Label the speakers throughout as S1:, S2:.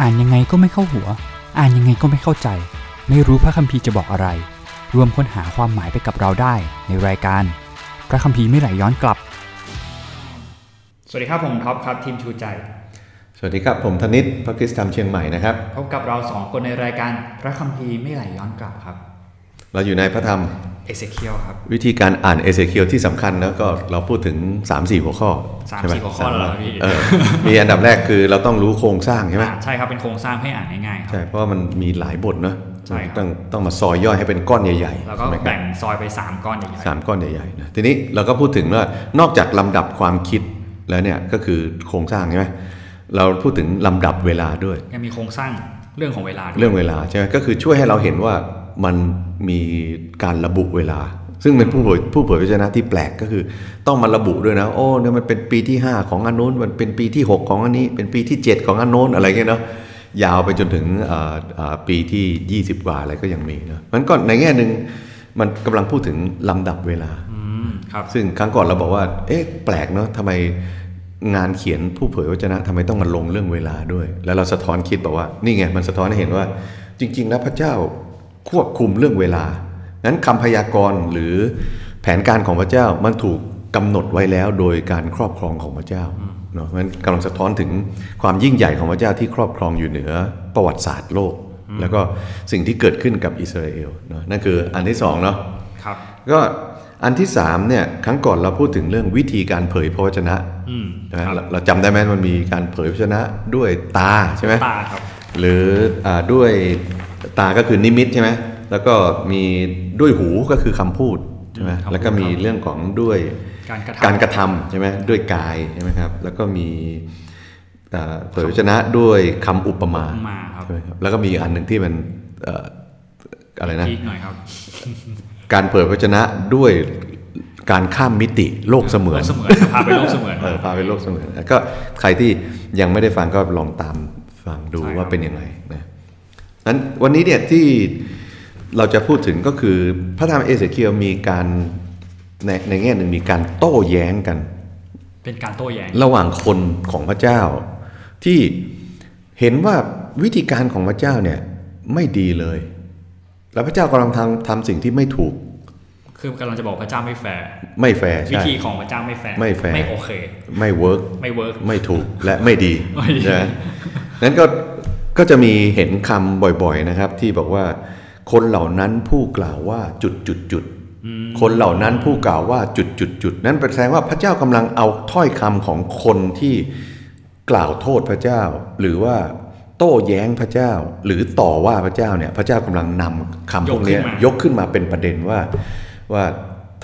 S1: อ่านยังไงก็ไม่เข้าหัว อ่านยังไงก็ไม่เข้าใจ ไม่รู้พระคัมภีร์จะบอกอะไร รวมค้นหาความหมายไปกับเราได้ในรายการ พระคัมภีร์ไม่ไหลย้อนกลับ
S2: สวัสดีครับผมท็อปครับทีมชูใจ
S3: สวัสดีครับ ผมธนิตพระคริสตธรรมเชียงใหม่นะครับ
S2: พบกับเราสองคนในรายการพระคัมภีร์ไม่ไหลย้อนกลับครับ
S3: เราอยู่ในพระธรรม
S2: เอเซเคียลครับ
S3: วิธีการอ่านเอเซเคียลที่สำคัญแล้วก็เราพูดถึง 3 4 หัวข้อ
S2: สาม
S3: ใช่ไ
S2: สี่หัวข้อแล้วเหรอพี่
S3: เออมีอันดับแรกคือเราต้องรู้โครงสร้างใช่ไหม
S2: อ่าใช่ครับเป็นโครงสร้างให้อ่านง่ายๆครั
S3: ใช่
S2: บ
S3: เพราะว่ามันมีหลายบทเนอะ
S2: ใช่ครับ
S3: ต้องต้องมาซอยย่อยให้เป็นก้อนใหญ่ๆ
S2: แล้วก็
S3: ใช่ไหมครับ
S2: แบ่งซอยไป 3 ก้อนใหญ่
S3: สามก้อนใหญ่ๆนะทีนี้เราก็พูดถึงว่านอกจากลำดับความคิดแล้วเนี่ยก็คือโครงสร้างใช่ไหมเราพูดถึงลำดับเวลาด้วย
S2: ๆยังมีโครงสร้างเรื่องของเวลาด้วย
S3: เรื่องเวลาใช่ไหมก็คือช่วยให้เราเห็นว่ามันมีการระบุเวลา ซึ่งเป็นผู้เผยผู้เผยพระชนะที่แปลกก็คือ ต้องมาระบุด้วยนะโอ้เนี่ยมันเป็นปีที่ 5 ของอันนู้นมันเป็นปีที่ 6 ของอันนี้ เป็นปีที่ 7 ของอันโน้นอะไรเงี้ยเนาะยาวไปจนถึงเอ่อเอ่อปีที่ 20 กว่าอะไรก็ยังมีเนาะมันก็ในแง่หนึ่งมันกำลังพูดถึงลำดับเวลา
S2: อืมครับ
S3: ซึ่งครั้งก่อนเราบอกว่า เอ๊ะ แปลกเนาะทำไมงานเขียนผู้เผยพระวจนะทำไมต้องมาลงเรื่องเวลาด้วย แล้วเราสะท้อนคิดบอกว่า นี่ไง มันสะท้อนให้เห็นว่า จริง ๆ แล้วพระเจ้าควบคุมเรื่องเวลา นั้นคำพยากรณ์หรือแผนการของพระเจ้ามันถูกกำหนดไว้แล้วโดยการครอบครองของพระเจ้าเนาะมันกำลังสะท้อนถึงความยิ่งใหญ่ของพระเจ้าที่ครอบครองอยู่เหนือประวัติศาสตร์โลก แล้วก็สิ่งที่เกิดขึ้นกับอิสราเอลเนาะนั่นคืออันที่สองเนาะ
S2: ครับ
S3: ก็อันที่3เนี่ยครั้งก่อนเราพูดถึงเรื่องวิธีการเผยพระวจนะ
S2: อืม
S3: ใช่ไหมเราเราจำได้ไหมมันมีการเผยพระวจนะด้วยตาใช่ไหม
S2: ตาครับ
S3: หรืออาด้วยตาก็คือนิมิตใช่ไหมแล้วก็มีด้วยหูก็คือคำพูดใช่ไหมแล้วก็มีเรื่องของด้วย
S2: การกระ
S3: การ
S2: ทำ
S3: กระทำใช่ไหมด้วยกายใช่ไหมครับแล้วก็มีอ่าเผยพระวจนะด้วยคำอุปมา
S2: มาครับ
S3: ใช่ไหมครับแล้วก็มีอีกอันหนึ่งที่มันเอ่ออะไรนะ
S2: พีกหน่อยครับ
S3: การเผยพระวจนะด้วยการข้ามมิติโลกเสมือน
S2: โลกเสมือนครับพาไปโลกเสมือน
S3: เออพาไปโลกเสมือนแล้วก็ใครที่ยังไม่ได้ฟังก็ลองตามฟังดู
S2: ใช่ครับ
S3: ว่าเป็นยังไงนะนั้นวันนี้เนี่ยที่เราจะพูดถึงก็คือพระธรรมเอเสเคียลมีการในในแง่หนึ่งมีการโต้แย้งกัน
S2: เป็นการโต้แย้ง
S3: ระหว่างคนของพระเจ้า ที่เห็นว่าวิธีการของพระเจ้าเนี่ยไม่ดีเลย แล้วพระเจ้ากำลังทำทำสิ่งที่ไม่ถูก
S2: คือกำลังจะบอกพระเจ้าไม่แฟร์
S3: ไม่แฟร์
S2: วิ
S3: ใช่
S2: ธีของพระเจ้าไม่แฟร์
S3: ไม่แฟร์
S2: ไม่โอเค
S3: ไม่เวิร์ก
S2: ไม่เวิร์ก
S3: ไม่ถูกและไม่ดี
S2: ไม่ดี
S3: นะนั้นก็ก็จะมีเห็นคำบ่อยๆนะครับ ที่บอกว่า คนเหล่านั้นผู้กล่าวว่าจุดจุดจุดคนเหล่านั้นผู้กล่าวว่าจุดจุดจุดนั้นแสดงว่าพระเจ้ากำลังเอาถ้อยคำของคนที่กล่าวโทษพระเจ้า หรือว่าโต้แย้งพระเจ้า หรือต่อว่าพระเจ้าเนี่ย พระเจ้ากำลังนำคำพวกเนี้ยยกขึ้นมาเป็นประเด็นว่าว่า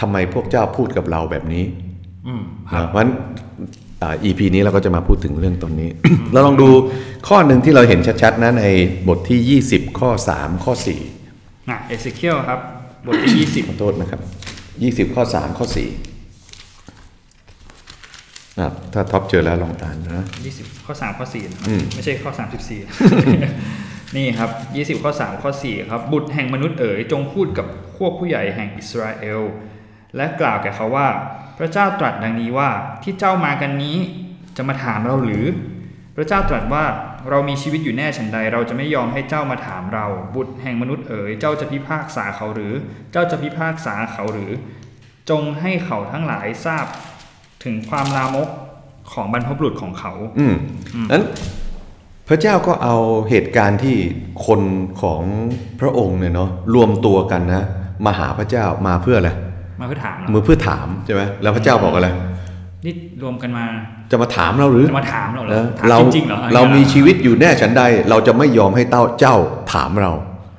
S3: ทำไมพวกเจ้าพูดกับเราแบบนี้
S2: อืมครั
S3: นะ
S2: บ
S3: เพราะฉะนั้นอ่า EP นี้เราก็จะมาพูดถึงเรื่องตรงนี้ เราลองดูข้อหนึ่งที่เราเห็นชัดๆนะในบทที่ 20 ข้อ 3 ข้อ 4
S2: นะเอเซเคียลครับบทที่20
S3: ขอโทษนะครับ 20 ข้อ 3 ข้อ4อ่ะถ้าท็อปเจอแล้วลองอ่านนะ
S2: ยี่สิบข้อสามข้อสี่นะครับ
S3: อืม
S2: ไม่ใช่ข้อสามสิบสี่ นี่ครับยี่สิบข้อสามข้อสี่ครับ บุตรแห่งมนุษย์เอ๋ยจงพูดกับพวกผู้ใหญ่แห่งอิสราเอล และกล่าวแก่เขาว่า พระเจ้าตรัสดังนี้ว่าที่เจ้ามากันนี้จะมาถามเราหรือ พระเจ้าตรัสว่าเรามีชีวิตอยู่แน่ฉันใด เราจะไม่ยอมให้เจ้ามาถามเรา บุตรแห่งมนุษย์เอ๋ยเจ้าจะพิพากษาเขาหรือ เจ้าจะพิพากษาเขาหรือ จงให้เขาทั้งหลายทราบถึงความลามกของบรรพบุรุษของเขา
S3: อืมนั้นพระเจ้าก็เอาเหตุการณ์ที่คนของพระองค์เนี่ยเนาะรวมตัวกันนะมาหาพระเจ้ามาเพื่ออะไร
S2: มาเพื่อถามเหร
S3: มื
S2: อ
S3: อเพื่อถามใช่ไหมแล้วพระเจ้าบอกอะไร
S2: นี่รวมกันมา
S3: จะมาถามเราหรือ
S2: จะมาถามเราเหร
S3: เอ
S2: อ
S3: อ
S2: ถาม
S3: เรา
S2: จริงๆเหรออะไร
S3: เรา
S2: อย่ง
S3: มี
S2: งี้ยหอ
S3: ชีวิตอยู่แน่ฉันใด เราจะไม่ยอมให้เต้าเจ้าถามเรา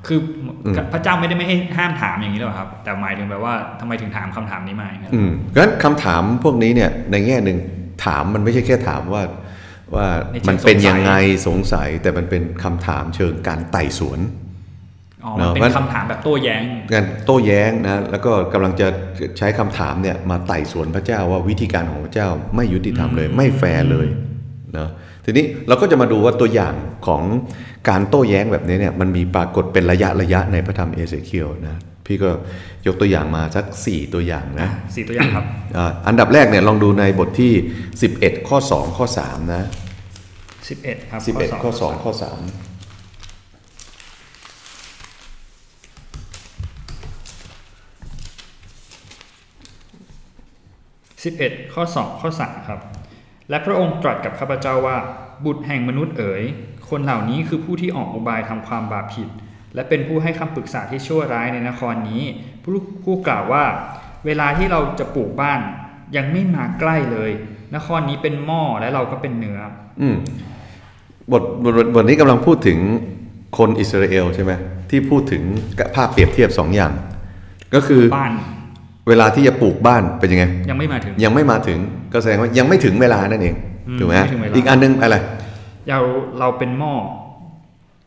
S2: คืออ
S3: ม
S2: พระเจ้าไม่ได้ไม่ให้ห้ามถามอย่างนี้หรอกครับ แต่หมายถึงแบบว่าทำไมถึงถามคำถามนี้มาอย่างเงี้ย
S3: อืมงั้นคำถามพวกนี้เนี่ยในแง่หนึ่งถามมันไม่ใช่แค่ถามว่าว่ามันเป็นยังไงสงสัย แต่มันเป็นคำถามเชิงการไต่สวน
S2: อ๋อมันเป็
S3: เน
S2: น
S3: อะ
S2: คำถามแบบโต้แย้ง
S3: การโต้แย้งนะแล้วก็กำลังจะใช้คำถามเนี่ยมาไต่สวนพระเจ้าว่าวิธีการของพระเจ้าไม่ยุติธรรมเลย ไม่แฟร์เลยนะทีนี้เราก็จะมาดูว่าตัวอย่างของการโต้แย้งแบบนี้เนี่ยมันมีปรากฏเป็นระยะระยะในพระธรรมเอเสเคียลนะพี่ก็ยกตัวอย่างมาสัก 4 ตัวอย่างนะ
S2: สี่ตัวอย่างครับ
S3: อ่าอันดับแรกเนี่ยลองดูในบทที่ 11 ข้อ 2 ข้อ 3 นะ
S2: 11 ครับ
S3: สิบเอ็ด
S2: ง
S3: ข้อสองข้อสาม
S2: 11 ข้อ 2 ข้อ 3 ครับ และพระองค์ตรัสกับข้าพเจ้าว่า บุตรแห่งมนุษย์เอ๋ย คนเหล่านี้คือผู้ที่ออกอุบายทำความบาปผิด และเป็นผู้ให้คำปรึกษาที่ชั่วร้ายในนครนี้ ผู้ผู้กล่าวว่า เวลาที่เราจะปลูกบ้าน ยังไม่มาใกล้เลย นครนี้เป็นหม้อและเราก็เป็นเนื้อ
S3: อืมบทบทบทบทนี้กำลังพูดถึงคนอิสราเอลใช่ไหมที่พูดถึงภาพเปรียบเทียบสองอย่าง ก็คือ
S2: บ้าน
S3: เวลาที่จะปลูกบ้านเป็นยังไง
S2: ยังไม่มาถึง
S3: ยังไม่มาถึงก็แสดงว่ายังไม่ถึงเวลานั่นเอง
S2: อืม
S3: ถูกไหม
S2: ไม่ถึงเวลา
S3: อีกอันนึงอะไร
S2: เราเราเป็นหม้อ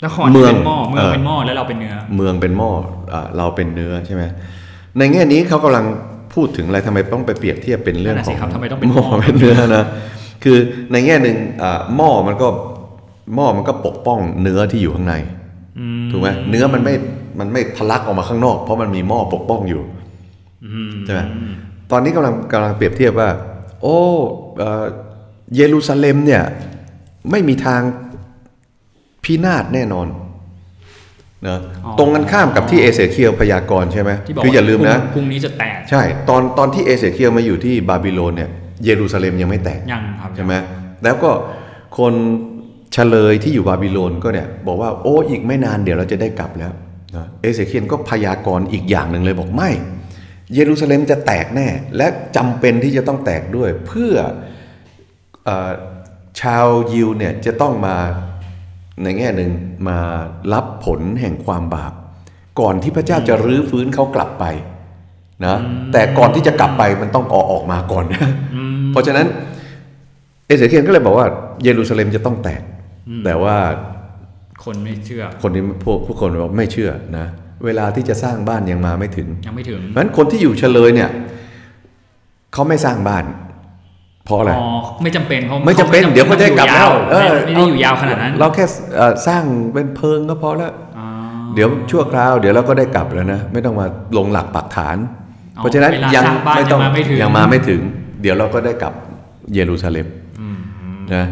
S2: นคร
S3: เมือง
S2: เป็นหม้อ เมือง
S3: เออ
S2: เป็นหม้อและเราเป็นเนื้อ
S3: เมืองเป็นหม้ออ่าเราเป็นเนื้อใช่ไหมในแง่นี้เขากำลังพูดถึงอะไรทำไมต้องไปเปรียบเทียบเป็นเรื่อง
S2: นั่น
S3: ข
S2: น่ะสิ
S3: อง
S2: ครับทำไมต้องเป็น
S3: ห
S2: หม้
S3: ม้อ
S2: อ
S3: เป็นเนื้อนะคือในแง่หนึ่งอ่าหม้อมันก็หม้อมันก็ปกป้องเนื้อที่อยู่ข้างใน
S2: อื
S3: ถูกไหมเนื้อมันไม่มันไม่ทะลักออกมาข้างนอก เพราะมันมีหม้อปกป้องอยู่
S2: อื
S3: ใช่ไหม ตอนนี้กำลังกำลังเปรียบเทียบว่า โอ้เอ่อเยรูซาเล็มเนี่ย ไม่มีทางพินาศแน่นอนนะตรงกันข้ามกับที่เอเสเคียวพยากรณ์ใช่ไหม
S2: ที่บอก
S3: คืออย่าลืมนะ
S2: กรุงนี้จะแตก
S3: ใช่ ตอนตอนที่เอเสเคียวมาอยู่ที่บาบิโลนเนี่ยเยรูซาเล็มยังไม่แตก
S2: ยังครับ
S3: ใช่ไหมแล้วก็คนเฉลยที่อยู่บาบิโลนก็เนี่ยบอกว่าโอ้อีกไม่นานเดี๋ยวเราจะได้กลับแล้วนะเอเสเคียนก็พยากรณ์อีกอย่างหนึ่งเลยบอกไม่ เยรูซาเล็มจะแตกแน่ และจำเป็นที่จะต้องแตกด้วย เพื่อเออชาวยิวเนี่ยจะต้องมาในแง่หนึ่งมารับผลแห่งความบาป ก่อนที่พระเจ้าจะรื้อฟื้นเขากลับไปนะแต่ก่อนที่จะกลับไปมันต้องออกออกมาก่อนนะเพราะฉะนั้น เอเสเคียนก็เลยบอกว่าเยรูซาเล็มจะต้องแตก แต่ว่า
S2: คนไม่เชื่อ
S3: คนนี้พวกผู้คนบอกไม่เชื่อนะ เวลาที่จะสร้างบ้านยังมาไม่ถึง
S2: ยังไม่ถึง
S3: เพราะฉะนั้นคนที่อยู่เฉลยเนี่ยเขาไม่สร้างบ้าน เพราะอะไร
S2: อ๋อไม่จำเป็นเขา
S3: ไม่จำเป็นเดี๋ยวก็ได้กลับแล้ว
S2: เออไม่ได้อยู่ยาวขนาดนั้น
S3: เราแค่เอ่อสร้างเป็นเพิงก็พอแล้ว
S2: อ๋อ
S3: เดี๋ยวชั่วคราวเดี๋ยวเราก็ได้กลับแล้วนะ ไม่ต้องมาลงหลักปักฐาน
S2: อ๋อ
S3: เพราะฉะนั้น
S2: เวลา
S3: ยัง
S2: สร้างบ้าน
S3: ไม่ต้อง
S2: ยังมาไม่ถึง
S3: ยังมาไม่ถึง เดี๋ยวเราก็ได้กลับเยรูซาเล็มนะ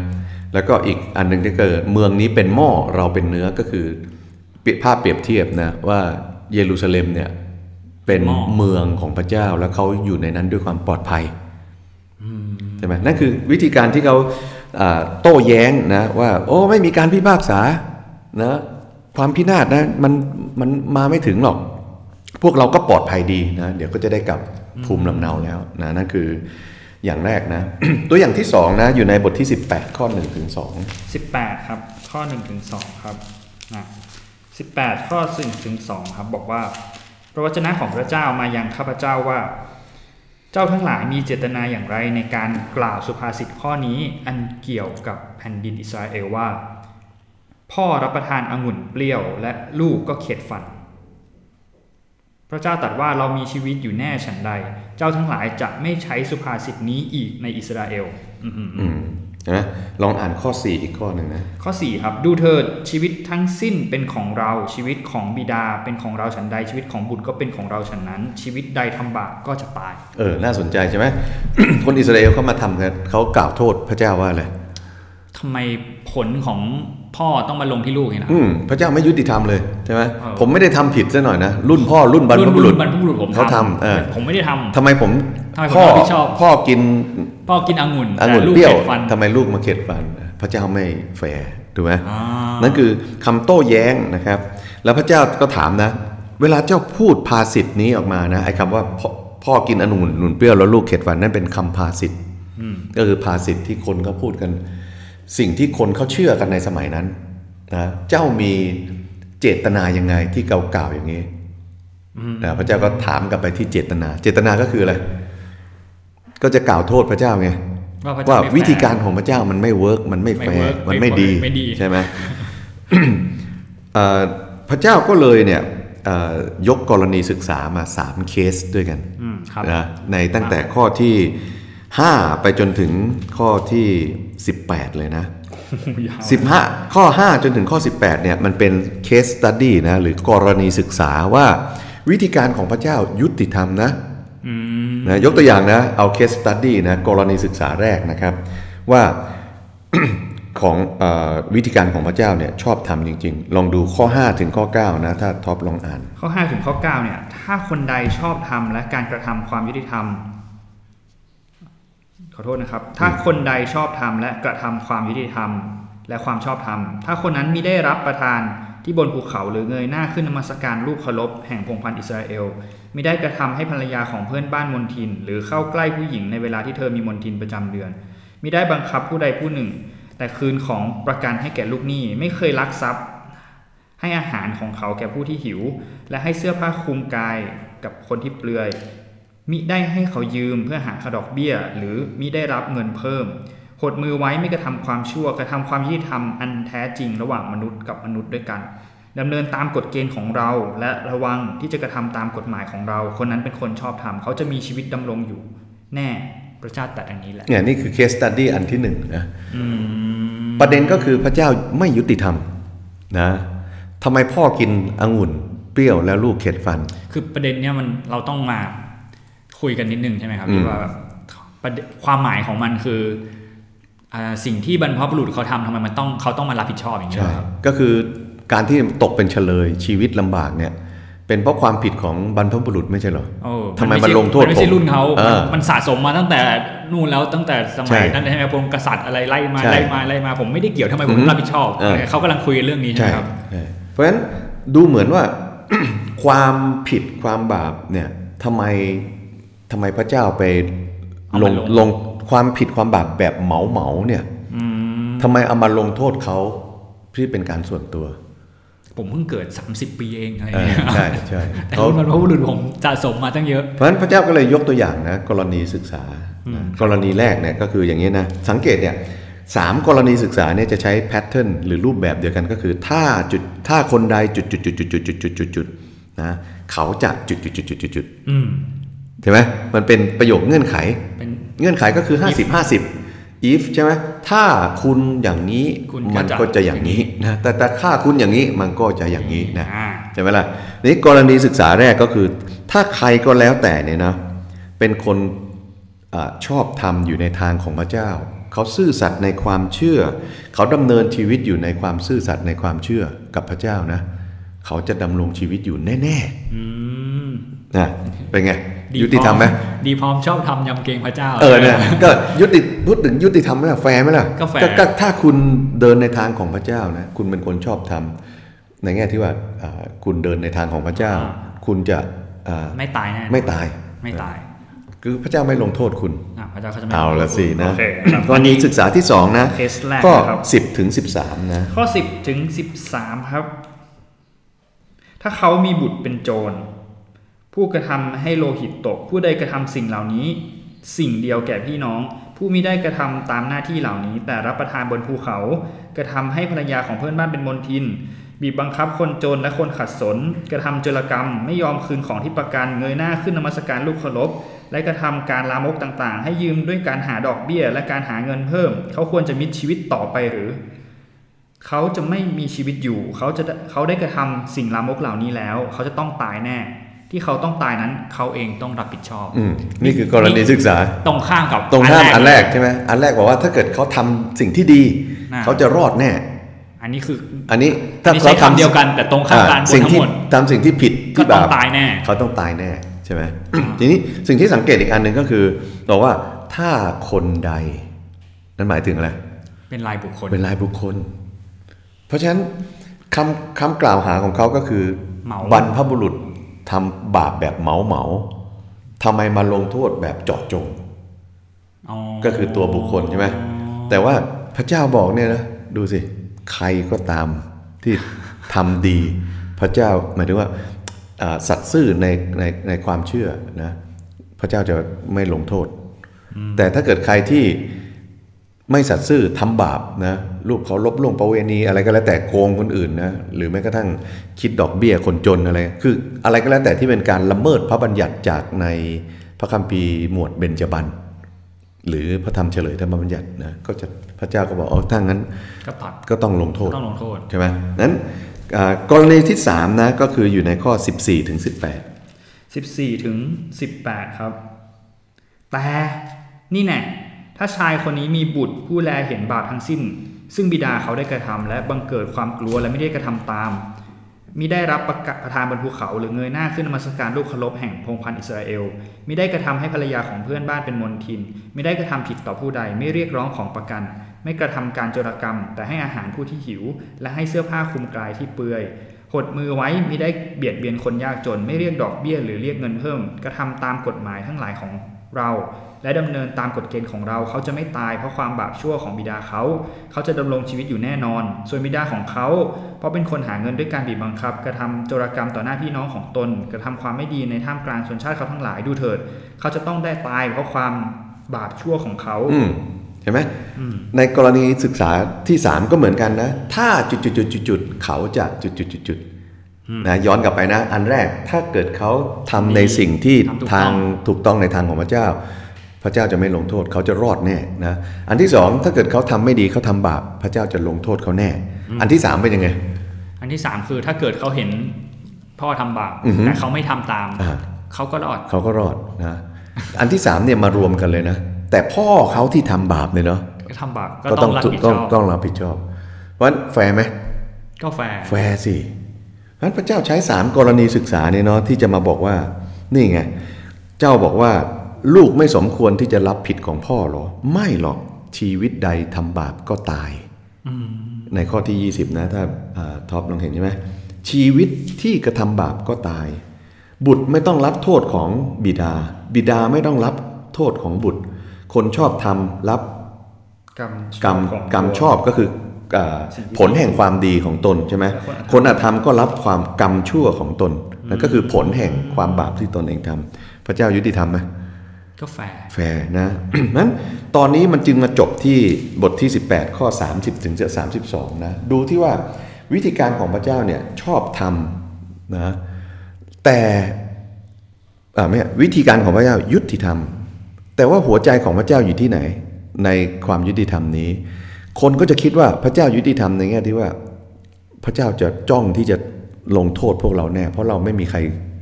S3: แล้วก็อีกอันหนึ่งที่เกิดเมืองนี้เป็นหม้อเราเป็นเนื้อก็คือเปรียบภาพเปรียบเทียบนะว่าเยรูซาเล็มเนี่ยเป็นเมืองของพระเจ้าแล้วเขาอยู่ในนั้นด้วยความปลอดภัย ใช่ไหมนั่นคือวิธีการที่เขาอ่าโต้แย้งนะว่า โอ้ไม่มีการพิพากษานะความพินาศนะมันมันมาไม่ถึงหรอก พวกเราก็ปลอดภัยดีนะเดี๋ยวก็จะได้กลับภูมิลำเนาแล้วนะนั่นคืออย่างแรกนะ ตัวอย่างที่สองนะอยู่ในบทที่ 18 ข้อ1ถึง
S2: สิบแปดครับ ข้อหนึ่งถึงสองครับนะสิบแปดข้อส่ถึงสองครับ บอกว่า พระวจนะของพระเจ้ามายังข้าพเจ้าว่า เจ้าทั้งหลายมีเจตนาอย่างไรในการกล่าวสุภาษิตข้อนี้อันเกี่ยวกับแผ่นดินอิสราเอลว่า พ่อรับประทานองุ่นเปรี้ยวและลูกก็เข็ดฟัน พระเจ้าตรัสว่าเรามีชีวิตอยู่แน่ฉันใด เจ้าทั้งหลายจะไม่ใช้สุภาษิตนี้อีกในอิสราเอลอือหือ
S3: 2อืมนะลองอ่านข้อ 4 อีกข้อหนึ่งนะ
S2: ข้อ 4 ครับ ดูเถิดชีวิตทั้งสิ้นเป็นของเราชีวิตของบิดาเป็นของเราฉันใด ชีวิตของบุตรก็เป็นของเราฉันนั้น ชีวิตใดทำบาปก็จะตาย
S3: เออ น่าสนใจใช่ไหม คนอิสราเอลเขามาทำกันเขากล่าวโทษพระเจ้าว่าอะไร
S2: ทำไมผลของพ่อต้องมาลงที่ลูกเนี่ยนะ
S3: อืมพระเจ้าไม่ยุติธรรมเลยใช่ไหม
S2: เออ
S3: ผมไม่ได้ทำผิดซะหน่อยนะ รุ่นพ่อรุ่นบรรพบุรุษ
S2: นบรรพบุรุษผม
S3: เขาทำเออ
S2: ผมไม่ได้ทำ
S3: ทำไมผม
S2: ทำไมผม
S3: พ่อ
S2: รับผิดชอบ
S3: พ่อกิน
S2: พ่อกินองุ่น
S3: องุ่น
S2: แต่ลูก
S3: เปรี้ยว
S2: เก็บฟัน
S3: ทำไมลูกมาเข็ดฟัน พระเจ้าไม่แฟร์ถูกไหม
S2: อ่า
S3: นั่นคือคำโต้แย้งนะครับ แล้วพระเจ้าก็ถามนะ เวลาเจ้าพูดภาษิตนี้ออกมานะไอ้คำว่าพ่อพ่อกินองุ่นหนุนเปรี้ยวแล้วลูกเข็ดฟันนั่นเป็นคำภาษิต
S2: อืม
S3: ก็คือภาษิตที่คนเขาพูดกัน สิ่งที่คนเขาเชื่อกันในสมัยนั้นนะเจ้ามีเจตนายังไงที่เก่าๆอย่างนี้นะพระเจ้าก็ถามกลับไปที่เจตนา เจตนาก็คืออะไรก็จะกล่าวโทษพระเจ้าไง
S2: ว่าพระเจ้
S3: ว่า
S2: ไม่แฟ
S3: วิธีการของพระเจ้ามันไม่เวิร์กมันไม่แฟ
S2: ไม่เวิร์
S3: ร์
S2: ก
S3: มันไม่
S2: ไม่
S3: ดี
S2: ไม่ดี
S3: ใช่ ไหม เอ่อพระเจ้าก็เลยเนี่ยเอ่อยกกรณีศึกษามาสามเคสด้วยกัน
S2: อืมครับ
S3: นะในตั้งแต่ข้อที่ 5 ไปจนถึงข้อที่ 18 เลยนะ
S2: ยาว
S3: 15 ข้อ 5 จนถึงข้อ 18เนี่ยมันเป็น case study นะหรือกรณีศึกษาว่าวิธีการของพระเจ้ายุติธรรมนะ
S2: อืม
S3: นะยกตัวอย่างนะเอา case study นะกรณีศึกษาแรกนะครับ ว่า ข ของเออวิธีการของพระเจ้าเนี่ยชอบทำจริง ๆ ลองดูข้อ 5 ถึงข้อ 9 นะ ถ้าท็อปลองอ่าน
S2: ข้อ 5 ถึงข้อ 9 เนี่ย ถ้าคนใดชอบทำและการกระทำความยุติธรรม ขอโทษนะครับ ถ้าคนใดชอบทำและกระทำความยุติธรรม และความชอบธรรม ถ้าคนนั้นมิได้รับประทานที่บนภูเขาหรือเงยหน้าขึ้นนมัสการรูปเคารพแห่งพงศ์พันธ์อิสราเอลมิได้กระทำให้ภรรยาของเพื่อนบ้านมนทิน หรือเข้าใกล้ผู้หญิงในเวลาที่เธอมีมนทินประจำเดือน มิได้บังคับผู้ใดผู้หนึ่ง แต่คืนของประกันให้แก่ลูกหนี้ไม่เคยลักทรัพย์ ให้อาหารของเขาแก่ผู้ที่หิว และให้เสื้อผ้าคลุมกายกับคนที่เปลือย มิได้ให้เขายืมเพื่อหาขดอกเบี้ย หรือมิได้รับเงินเพิ่มหดมือไว้ไม่กระทำความชั่วกระทำความยุติธรรมอันแท้จริงระหว่างมนุษย์กับมนุษย์ด้วยกันดำเนินตามกฎเกณฑ์ของเรา และระวังที่จะกระทำตามกฎหมายของเรา คนนั้นเป็นคนชอบธรรมเขาจะมีชีวิตดำรงอยู่ แน่พระเจ้าตรัดอันนี้แหละ
S3: เนี่ยนี่คือเคสตัดดี้อันที่หนึ่งนะ
S2: อืม
S3: ประเด็นก็คือพระเจ้าไม่ยุติธรรมนะทำไมพ่อกินองุ่นเปรี้ยวแล้วลูกเข็ดฟัน
S4: คือประเด็นเนี้ยมันเราต้องมาคุยกันนิดนึงใช่ไหมครับ
S3: อืม
S4: ที่ว่าแบบประเด็นความหมายของมันคืออ่าสิ่งที่บรรพบุรุษเขาทำทำไมมันต้องเขาต้องมารับผิดชอบอย่างเงี้ย
S3: ใช่
S4: ครับ
S3: ก็คือการที่ตกเป็นเฉลยชีวิตลำบากเนี่ย เป็นเพราะความผิดของบรรพบุรุษไม่ใช่เหรอ
S4: เออ
S3: ทำไม
S4: น
S3: มัน
S4: ใช่
S3: ลงโทษ
S4: มันไม่ใช่
S3: ผม
S4: รุ่นเขา
S3: เออ
S4: มันมันสะสมมาตั้งแต่นู่นแล้วตั้งแต่สมั
S3: ใช่
S4: ยนั้นใช่ไหมพงกษัตริย์อะไรไล่มา
S3: ใช่
S4: ไล่มาไล่มาผมไม่ได้เกี่ยวทำไมผม
S3: อือฮึ
S4: รับผิดชอบ
S3: เออ
S4: เขากำลังคุยเรื่องนี้ใช่ไหมครับ
S3: ใช่เพราะฉะนั้นดูเหมือนว่า ความผิดความบาปเนี่ยทำไมทำไมพระเจ้าไป
S4: เอา
S3: ล
S4: มาง ลง
S3: ลงความผิดความบาปแบบเหมาเหมาๆเนี่ยทำไมเอามาลงโทษเขาที่เป็นการส่วนตัว
S4: ผมเพิ่งเกิด 30 ปีเองอะไรอ
S3: เอย่าง อ
S4: เงี้ย
S3: ใช่ใช่
S4: แต่
S3: เขา
S4: รุ่นบรรพบุรุษผมสะสมมาตั้งเยอะ
S3: เพราะฉะนั้นพระเจ้าก็เลยยกตัวอย่างนะกรณีศึกษานะกรณีแรกเนี่ยก็คืออย่างนี้นะสังเกตเนี่ยสามกรณีศึกษาเนี่ยจะใช้แพทเทิร์นหรือรูปแบบเดียวกันก็คือถ้าจุดถ้าคนใดจุดจุดจุดจุดจุดจุดจุดจุดจุดนะเขาจะจุดจุดจุดจุดจุดจุด
S4: อืม
S3: ใช่ไหมมันเป็นประโยคเงื่อนไข
S4: เป็น
S3: เงื่อนไขก็คือ 50 50 if ใช่ไหมถ้าคุณอย่างนี้
S4: คุณก็
S3: มั
S4: จะ
S3: ก็จะอย่างนี้นะแต่แต่ถ้าคุณอย่างนี้มันก็จะอย่างนี้นะ
S4: อ่า
S3: ใช่ไหมล่ะนี่กรณีศึกษาแรกก็คือ ถ้าใครก็แล้วแต่เนี่ยนะ เป็นคนอาชอบทำอยู่ในทางของพระเจ้า เขาซื่อสัตย์ในความเชื่อ เขาดำเนินชีวิตอยู่ในความซื่อสัตย์ในความเชื่อกับพระเจ้านะ เขาจะดำรงชีวิตอยู่แน่
S4: อืม
S3: ๆนะเป็นไง
S4: ดี
S3: ยุติธรรมไหม
S4: พอดีพร้อมชอบทำยำเกรงพระเจ้า
S3: เออเนี่ยก็ยุติพูดถึงยุติธรรมไหมล่ะแฟร์ไหมล่ะ
S4: ก็แฟร์
S3: ก็ถ้าคุณเดินในทางของพระเจ้านะคุณเป็นคนชอบทำในแง่ที่ว่าอ่าคุณเดินในทางของพระเจ้า คุณจะอ่า
S4: ไม่ตายแน่
S3: ไม่ตาย
S4: ไม่ตาย
S3: คือพระเจ้าไม่ลงโทษคุณ
S4: อ่ะพระเจ้าเขาจะไม่
S3: เอาละสินะ
S2: โอเคครับ
S3: กรณีศึกษาที่ 2 นะ
S2: เคสแรก
S3: ก็
S2: นะครับ
S3: 10 ถึง 13 นะ
S2: ข้อ 10 ถึง 13 ครับ ถ้าเขามีบุตรเป็นโจร ผู้กระทำให้โลหิตตก ผู้ใดกระทำสิ่งเหล่านี้ สิ่งเดียวแก่พี่น้อง ผู้มิได้กระทำตามหน้าที่เหล่านี้ แต่รับประทานบนภูเขา กระทำให้ภรรยาของเพื่อนบ้านเป็นมนทิน บีบบังคับคนจนและคนขัดสน กระทำโจรกรรม ไม่ยอมคืนของที่ประกันเงยหน้าขึ้นนมัสการลูกเคารพ และกระทำการลามกต่างๆ ให้ยืมด้วยการหาดอกเบี้ย และการหาเงินเพิ่ม เขาควรจะมิดชีวิตต่อไปหรือ เขาจะไม่มีชีวิตอยู่ เขาจะได้เขาได้กระทำสิ่งลามกเหล่านี้แล้ว เขาจะต้องตายแน่ ที่เขาต้องตายนั้น
S4: เขาเองต้องรับผิดชอบ
S3: อืมนี่คือกรณีศึกษา
S4: ตรงข้ามกับ
S3: ตรงข้ามอันแรก
S4: เลย
S3: ใช่ไหมอันแรกบอกว่าถ้าเกิดเขาทำสิ่งที่ดี
S4: อ่า
S3: เขาจะรอดแน่
S4: อันนี้คือ
S3: อันนี้
S4: อั
S3: ถ้าน
S4: นี้
S3: เขา
S4: ใช้คำเดียวกันแต่ตรงข้ามกันหม
S3: อ่
S4: ด
S3: สิ่ง
S4: ทั้ง
S3: ที่
S4: หมด
S3: ทำสิ่งที่ผิด
S4: ก็ต้อบ
S3: ที่าง ป
S4: ตายแน่
S3: เขาต้องตายแน่ใช่ไหม ทีนี้สิ่งที่สังเกตอีกอันหนึ่งก็คือบอกว่าถ้าคนใด นั่นหมายถึงอะไร
S4: เป็นรายบุคคล
S3: เป็นรายบุคคล เพราะฉะนั้นคำคำกล่าวหาของเขาก็คือบัรพบุรุษทำบาปแบบเหมาเหมาทำไมมาลงโทษแบบเจาะจง
S4: อ๋อ
S3: ก็คือตัวบุคคลใช่ไหมแต่ว่าพระเจ้าบอกเนี่ยนะดูสิ ใครก็ตามที่ทำดี พระเจ้าหมายถึงว่าอ่าสัตย์ซื่อในในในความเชื่อนะพระเจ้าจะไม่ลงโทษ แต่ถ้าเกิดใครที่ไม่สัตย์ซื่อทำบาปนะรูปเขาลบล่วงประเวณีอะไรก็แล้วแต่โกงคนอื่นนะหรือแม้กระทั่งคิดดอกเบี้ยคนจนอะไร คืออะไรก็แล้วแต่ที่เป็นการละเมิดพระบัญญัติจากในพระคัมภีร์หมวดเบญจบัณฑ หรือพระธรรมเฉลยธรรมบัญญัตินะก็จะพระเจ้าก็บอกเอาถ้างั้น
S4: ก็ตัด
S3: ก็ต้องลงโท
S4: ก็
S3: ษ
S4: ต้องลงโทษ
S3: ใช่ไหมนั้นอ่ากรณีที่ 3 นะก็คืออยู่ในข้อ 14 ถึง 18
S2: 14 ถึง 18 ครับ แต่นี่แน่ถ้าชายคนนี้มีบุตรผู้แลเห็นบาปทั้งสิ้น ซึ่งบิดาเขาได้กระทำและบังเกิดความกลัวและไม่ได้กระทำตามมิได้รับประกาศประทานบนภูเขา หรือเงยหน้าขึ้นนมัสการรูปเคารพแห่งพงศ์พันธ์อิสราเอลมิได้กระทำให้ภรรยาของเพื่อนบ้านเป็นมนทินมิได้กระทำผิดต่อผู้ใดไม่เรียกร้องของประกัน ไม่กระทำการโจรกรรม แต่ให้อาหารผู้ที่หิว และให้เสื้อผ้าคลุมกายที่เปลือย หดมือไว้มิได้เบียดเบียนคนยากจน ไม่เรียกดอกเบี้ยหรือเรียกเงินเพิ่มกระทำตามกฎหมายทั้งหลายของเรา และดำเนินตามกฎเกณฑ์ของเราเขาจะไม่ตายเพราะความบาปชั่วของบิดาเขา เขาจะดำรงชีวิตอยู่แน่นอน ส่วนบิดาของเขา เพราะเป็นคนหาเงินด้วยการบีบบังคับ กระทำโจรกรรมต่อหน้าพี่น้องของตน กระทำความไม่ดีในท่ามกลางชนชาติเขาทั้งหลายดูเถิด เขาจะต้องได้ตายเพราะความบาปชั่วของเขา
S3: อืมเห็นไหมในกรณีศึกษาที่ 3 ก็เหมือนกันนะ ถ้าจุดจุดจุดจุดจุดเขาจะจุดจุดจุดจุดนะย้อนกลับไปนะ อันแรกถ้าเกิดเขาทำในสิ่งที่
S4: ทำถูก
S3: ทา
S4: ต้อง
S3: งถูกต้องในทางของพระเจ้า พระเจ้าจะไม่ลงโทษเขาจะรอดแน่นะอันที่สองถ้าเกิดเขาทำไม่ดีเขาทำบาปพระเจ้าจะลงโทษเขาแน่ อันที่สามเป็นยังไง
S4: อันที่สามคือถ้าเกิดเขาเห็นพ่อทำบาป
S3: อือฮึ
S4: แต่เขาไม่ทำตาม
S3: อ่า
S4: เขาก็รอด
S3: เขาก็รอดนะอันที่สามเนี่ยมารวมกันเลยนะ แต่พ่อเขาที่ทำบาปเนี่ยเนาะ
S4: ก็ทำบาปก็ต้องรับผิดช
S3: ต้อง
S4: อบ
S3: ต้องรับผิดชอบเพราะฉะนั้นแฟร์ไหม
S4: ก็แฟร์
S3: แฟร์สิเพราะฉะนั้นพระเจ้าใช้สามกรณีศึกษาเนี่ยเนาะที่จะมาบอกว่า นี่ไง เจ้าบอกว่า ลูกไม่สมควรที่จะรับผิดของพ่อหรอ ไม่หรอกชีวิตใดทำบาปก็ตาย ในข้อที่ 20 นะถ้าอ่าท็อปลองเห็นใช่ไหมชีวิตที่กระทำบาปก็ตาย บุตรไม่ต้องรับโทษของบิดา บิดาไม่ต้องรับโทษของบุตร คนชอบทำรับ
S2: กรรม
S3: กรรม
S2: ของ
S3: กรรมชอบก็คือเอ่อ
S2: สิ่งที่
S3: ผลแห่งความดีของตนใช่ไหม
S2: และคนอธรรม
S3: คนอธรรมก็รับความกรรมชั่วของตนนั่นก็คือผลแห่งความบาปที่ตนเองทำพระเจ้ายุติธรรมไหม
S4: ก็แฟร์
S3: แฟร์นะ นั้นตอนนี้มันจึงมาจบที่บทที่ 18 ข้อ 30 ถึงจะ32 นะ ดูที่ว่าวิธีการของพระเจ้าเนี่ยชอบทำนะแต่อ่าไม่วิธีการของพระเจ้ายุติธรรม แต่ว่าหัวใจของพระเจ้าอยู่ที่ไหน ในความยุติธรรมนี้ คนก็จะคิดว่าพระเจ้ายุติธรรมในแง่ที่ว่า พระเจ้าจะจ้องที่จะลงโทษพวกเราแน่ เพราะเราไม่มีใคร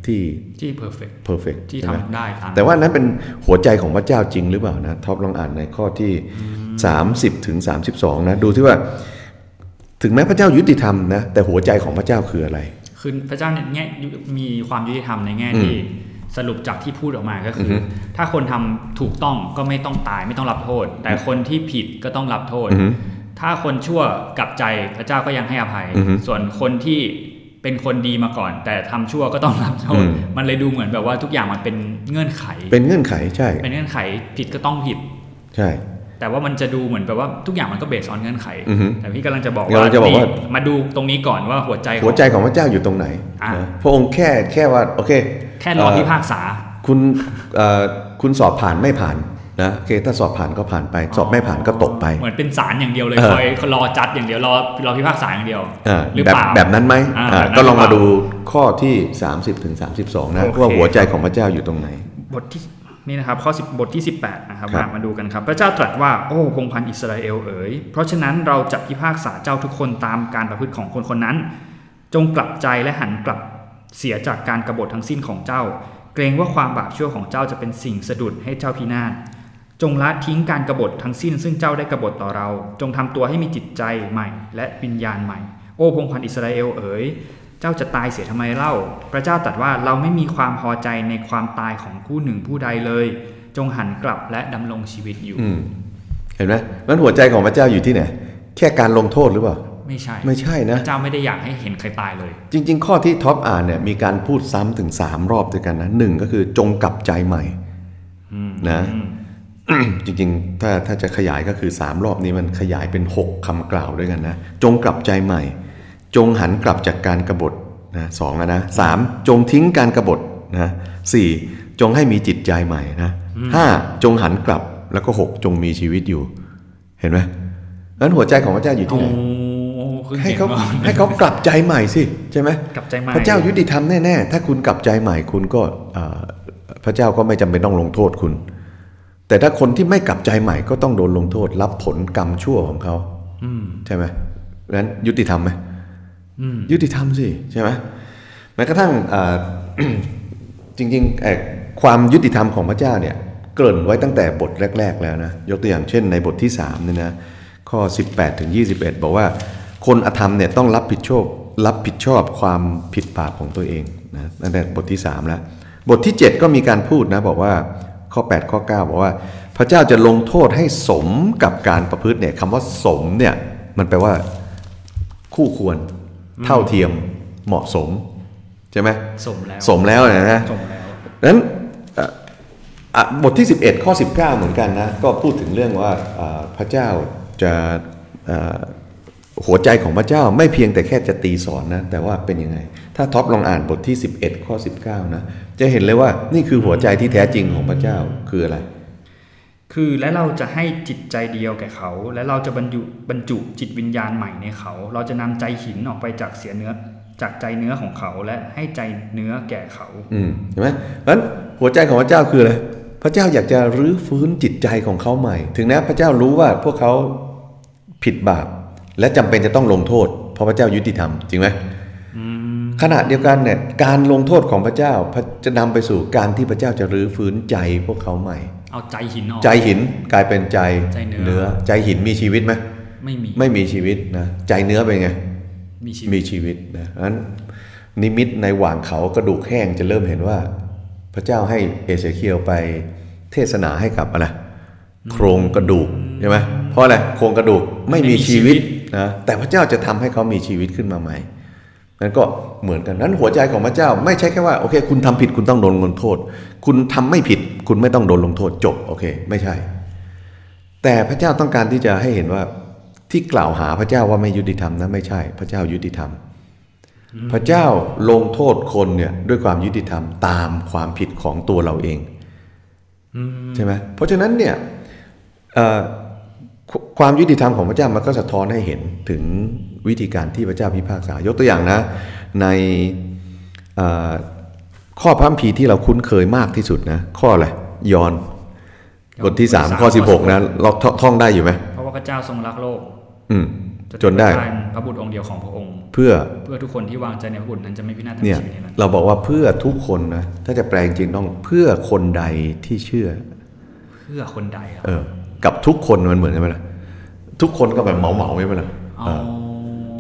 S3: ที่
S4: ที่เพอร์เฟก
S3: เพอร์เฟก
S4: ที่ทำได้ตาม
S3: แต่ว่านั้นเป็นหัวใจของพระเจ้าจริงหรือเปล่านะท็อปลองอ่านในข้อที่ 30ถึง32 นะ ดูที่ว่า ถึงแม้พระเจ้ายุติธรรมนะ แต่หัวใจของพระเจ้าคืออะไร
S4: คือพระเจ้าเนี่ยแง่มีความยุติธรรมในแง่ที่สรุปจากที่พูดออกมาก็คืออถ้าคนทำถูกต้องก็ไม่ต้องตายไม่ต้องรับโทษ แต่คนที่ผิดก็ต้องรับโทษ
S3: อือฮึ
S4: ถ้าคนชั่วกลับใจพระเจ้าก็ยังให้อภัย
S3: อือฮึ
S4: ส่วนคนที่เป็นคนดีมาก่อน แต่ทำชั่วก็ต้องรับโทษ
S3: อืม
S4: มันเลยดูเหมือนแบบว่าทุกอย่างมันเป็นเงื่อนไข
S3: เป็นเงื่อนไขใช่
S4: เป็นเงื่อนไขผิดก็ต้องผิด
S3: ใช่
S4: แต่ว่ามันจะดูเหมือนแบบว่าทุกอย่างมันก็เบสออนเงื่อนไข
S3: อือฮึ
S4: แต่พี่กำลังจะบอก
S3: กำลังจะบอกว่า
S4: นี่มาดูตรงนี้ก่อนว่าหัวใจของ
S3: หัวใจของพระเจ้าอยู่ตรงไหน
S4: อ่ะ
S3: นะพระองค์แค่แค่ว่าโอเค
S4: แค่รอพิ
S3: เอ่อ
S4: พากษา
S3: คุณเอ่อคุณสอบผ่านไม่ผ่านนะโอเคถ้าสอบผ่านก็ผ่านไป สอบไม่ผ่านก็ตกไป
S4: เหมือนเป็นศาลอย่างเดียวเลย
S3: เออ
S4: คอยรอจัดอย่างเดียวรอรอพิพากษาอย่างเดียว
S3: อ่า
S4: หรือ
S3: แบบ
S4: เปล่า
S3: แบบนั้นไหม
S4: อ่า
S3: อ่า
S4: แบบนั้น
S3: ก็ลองมา
S4: หรือเปล่า
S3: ดูข้อที่ 30ถึง32 นะ
S2: โอเค
S3: ว่าหัวใจของพระเจ้าอยู่ตรงไหน
S2: บทที่นี่นะครับข้อ10บทที่ 18นะครับ
S3: ครับ
S2: มามาดูกันครับ พระเจ้าตรัสว่าโอ้พงศ์พันธ์อิสราเอลเอ๋ยเพราะฉะนั้นเราจะพิพากษาเจ้าทุกคนตามการประพฤติของคนคนนั้น จงกลับใจและหันกลับเสียจากการกรบฏทั้งสิ้นของเจ้า เกรงว่าความบาปชั่วของเจ้าจะเป็นสิ่งสะดุดให้เจ้าพินาศจงละทิ้งการกรบฏทั้งสิ้น ซึ่งเจ้าได้กบฏต่อเรา จงทำตัวให้มีจิตใจใหม่ และวิญญาณใหม่ โอ้พงศ์พันธ์อิสราเอลเอ๋ย เจ้าจะตายเสียทำไมเล่า พระเจ้าตรัสว่าเราไม่มีความพอใจในความตายของผู้หนึ่งผู้ใดเลย จงหันกลับและดำรงชีวิตอยู่
S3: อืมเห็นไหมมันหัวใจของพระเจ้าอยู่ที่ไหน แค่การลงโทษหรือเปล่า
S4: ไม่ใช่
S3: ไม่ใช่
S4: พ
S3: นะ
S4: ระเจ้าไม่ได้อยากให้เห็นใครตายเลย
S3: จริง ๆ ข้อที่ท็อปอ่านเนี่ยมีการพูดซ้ำถึง 3 รอบด้วยกันนะหนึ่งก็คือจงกลับใจใหม่นะ จริงๆ ถ้าถ้าจะขยายก็คือ 3 รอบนี้มันขยายเป็น 6คำกล่าวด้วยกันนะ จงกลับใจใหม่ จงหันกลับจากการกรบฏนะสองอะนะสามจงทิ้งการกรบฏนะสี่จงให้มีจิตใจใหม่นะห้าจงหันกลับแล้วก็หกจงมีชีวิตอยู่ เห็นไหมนั้นหัวใจของพระเจ้าอยู่ที่
S4: โอ้
S3: ไหน
S4: คือ
S3: ให้
S4: เก่ง
S3: เขา
S4: มาก
S3: ให้เขากลับใจใหม่สิใช่ไหม
S2: กลับใจใหม่
S3: พระเจ้ายุติธรรมแน่ๆ ถ้าคุณกลับใจใหม่คุณก็เอ่อพระเจ้าก็ไม่จำเป็นต้องลงโทษคุณ แต่ถ้าคนที่ไม่กลับใจใหม่ก็ต้องโดนลงโทษ รับผลกรรมชั่วของเขาใช่ไหมนั้นยุติธรรมไหมยุติธรรมสิใช่ไหมแม้กระทั่งเอ่อ จริงๆเอ่อความยุติธรรมของพระเจ้าเนี่ยเกริ่นไว้ตั้งแต่บทแรก ๆ แล้วนะยกตัวอย่างเช่นในบทที่3เนี่ยนะ ข้อ 18 ถึง 21 บอกว่า คนอธรรมเนี่ยต้องรับผิดชอบรับผิดชอบความผิดบาปของตัวเองนะตั้งแต่บทที่ 3 แล้ว บทที่ 7 ก็มีการพูดนะ บอกว่าข้อ 8 ข้อ 9 บอกว่า พระเจ้าจะลงโทษให้สมกับการประพฤติเนี่ยคำว่าสมเนี่ยมันแปลว่า คู่ควร เท่าเทียมเหมาะสม ใช่ไหม
S4: สมแล้ว
S3: สมแล้วเนี่ยนะ
S4: สมแล้ว
S3: นั้นเอ่ออ่ะบทที่ 11 ข้อ 19 เหมือนกันนะ ก็พูดถึงเรื่องว่าเอ่อพระเจ้าจะเอ่อหัวใจของพระเจ้าไม่เพียงแต่แค่จะตีสอนนะ แต่ว่าเป็นยังไง ถ้าท็อปลองอ่านบทที่ 11 ข้อ 19 นะ จะเห็นเลยว่านี่คือหัวใจที่แท้จริงของพระเจ้าคืออะไร
S2: คือและเราจะให้จิตใจเดียวแก่เขา และเราจะบรรจุบรรจุจิตวิญญาณใหม่ในเขา เราจะนำใจหินออกไปจากเสียเนื้อจากใจเนื้อของเขา และให้ใจเนื้อแก่เขา
S3: อืมเห็นไหมเพราะฉะนั้นหัวใจของพระเจ้าคืออะไรพระเจ้าอยากจะรื้อฟื้นจิตใจของเขาใหม่ ถึงแม้พระเจ้ารู้ว่าพวกเขาผิดบาป และจำเป็นจะต้องลงโทษ เพราะพระเจ้ายุติธรรมจริงไหมขณะเดียวกันเนี่ยการลงโทษของพระเจ้าพระจะนำไปสู่การที่พระเจ้าจะรื้อฟื้นใจพวกเขาใหม่
S4: เอาใจหินออก
S3: ใจหินกลายเป็นใจ
S4: ใจเนื้อ
S3: ใจหินมีชีวิตไหม
S4: ไม่มี
S3: ไม่มีชีวิตนะใจเนื้อเป็นไง
S4: มีชี
S3: มี
S4: วิต
S3: ชีวิตนะเพราะฉะนั้นนิมิตในหว่างเขากระดูกแห้งจะเริ่มเห็นว่า พระเจ้าให้เอเสเคียวไปเทศนาให้กับอะไรโครงกระดูกใช่ไหมเพราะอะไรโครงกระดูกไม่มีชีวิตนะแต่พระเจ้าจะทำให้เขามีชีวิตขึ้นมาใหม่นั่นก็เหมือนกันนั้นหัวใจของพระเจ้าไม่ใช่แค่ว่าโอเค คุณทำผิดคุณต้องโดนลงโทษ คุณทำไม่ผิด คุณไม่ต้องโดนลงโทษจบโอเค ไม่ใช่ แต่พระเจ้าต้องการที่จะให้เห็นว่าที่กล่าวหาพระเจ้าว่าไม่ยุติธรรมนะไม่ใช่ พระเจ้ายุติธรรม พระเจ้าลงโทษคนเนี่ยด้วยความยุติธรรมตามความผิดของตัวเราเองใช่ไหมเพราะฉะนั้นเนี่ยเอ่อควความยุติธรรมของพระเจ้ามันก็สะท้อนให้เห็นถึงวิธีการที่พระเจ้าพิพากษายกตัวอย่างนะ ในเอ่อข้อพระคัมภีร์ที่เราคุ้นเคยมากที่สุดนะข้ออะไรยอห์นบทที่สามข้อสิบหกนะเราท่ท่องได้อยู่ไหม
S4: เพราะว่าพระเจ้าทรงรักโลก
S3: อืม
S4: จะ
S3: จนได้
S4: ประทานพระบุตรองค์เดียวของพระองค์
S3: เพื่อ
S4: เพื่อทุกคนที่วางใจในพระบุตรนั้นจะไม่พินาศทั้ง
S3: เนี่ย
S4: ชีวิตในนั้น
S3: เราบอกว่าเพื่อทุกคนนะถ้าจะแปลงจริงต้องเพื่อคนใดที่เชื่อ
S4: เพื่อคนใดครับ
S3: เออ กับทุกคนมันเหมือนกันไหมล่ะทุกคนก็แบบเหมาเหมาๆใช่ไหมล่ะ
S4: เอา
S3: เออ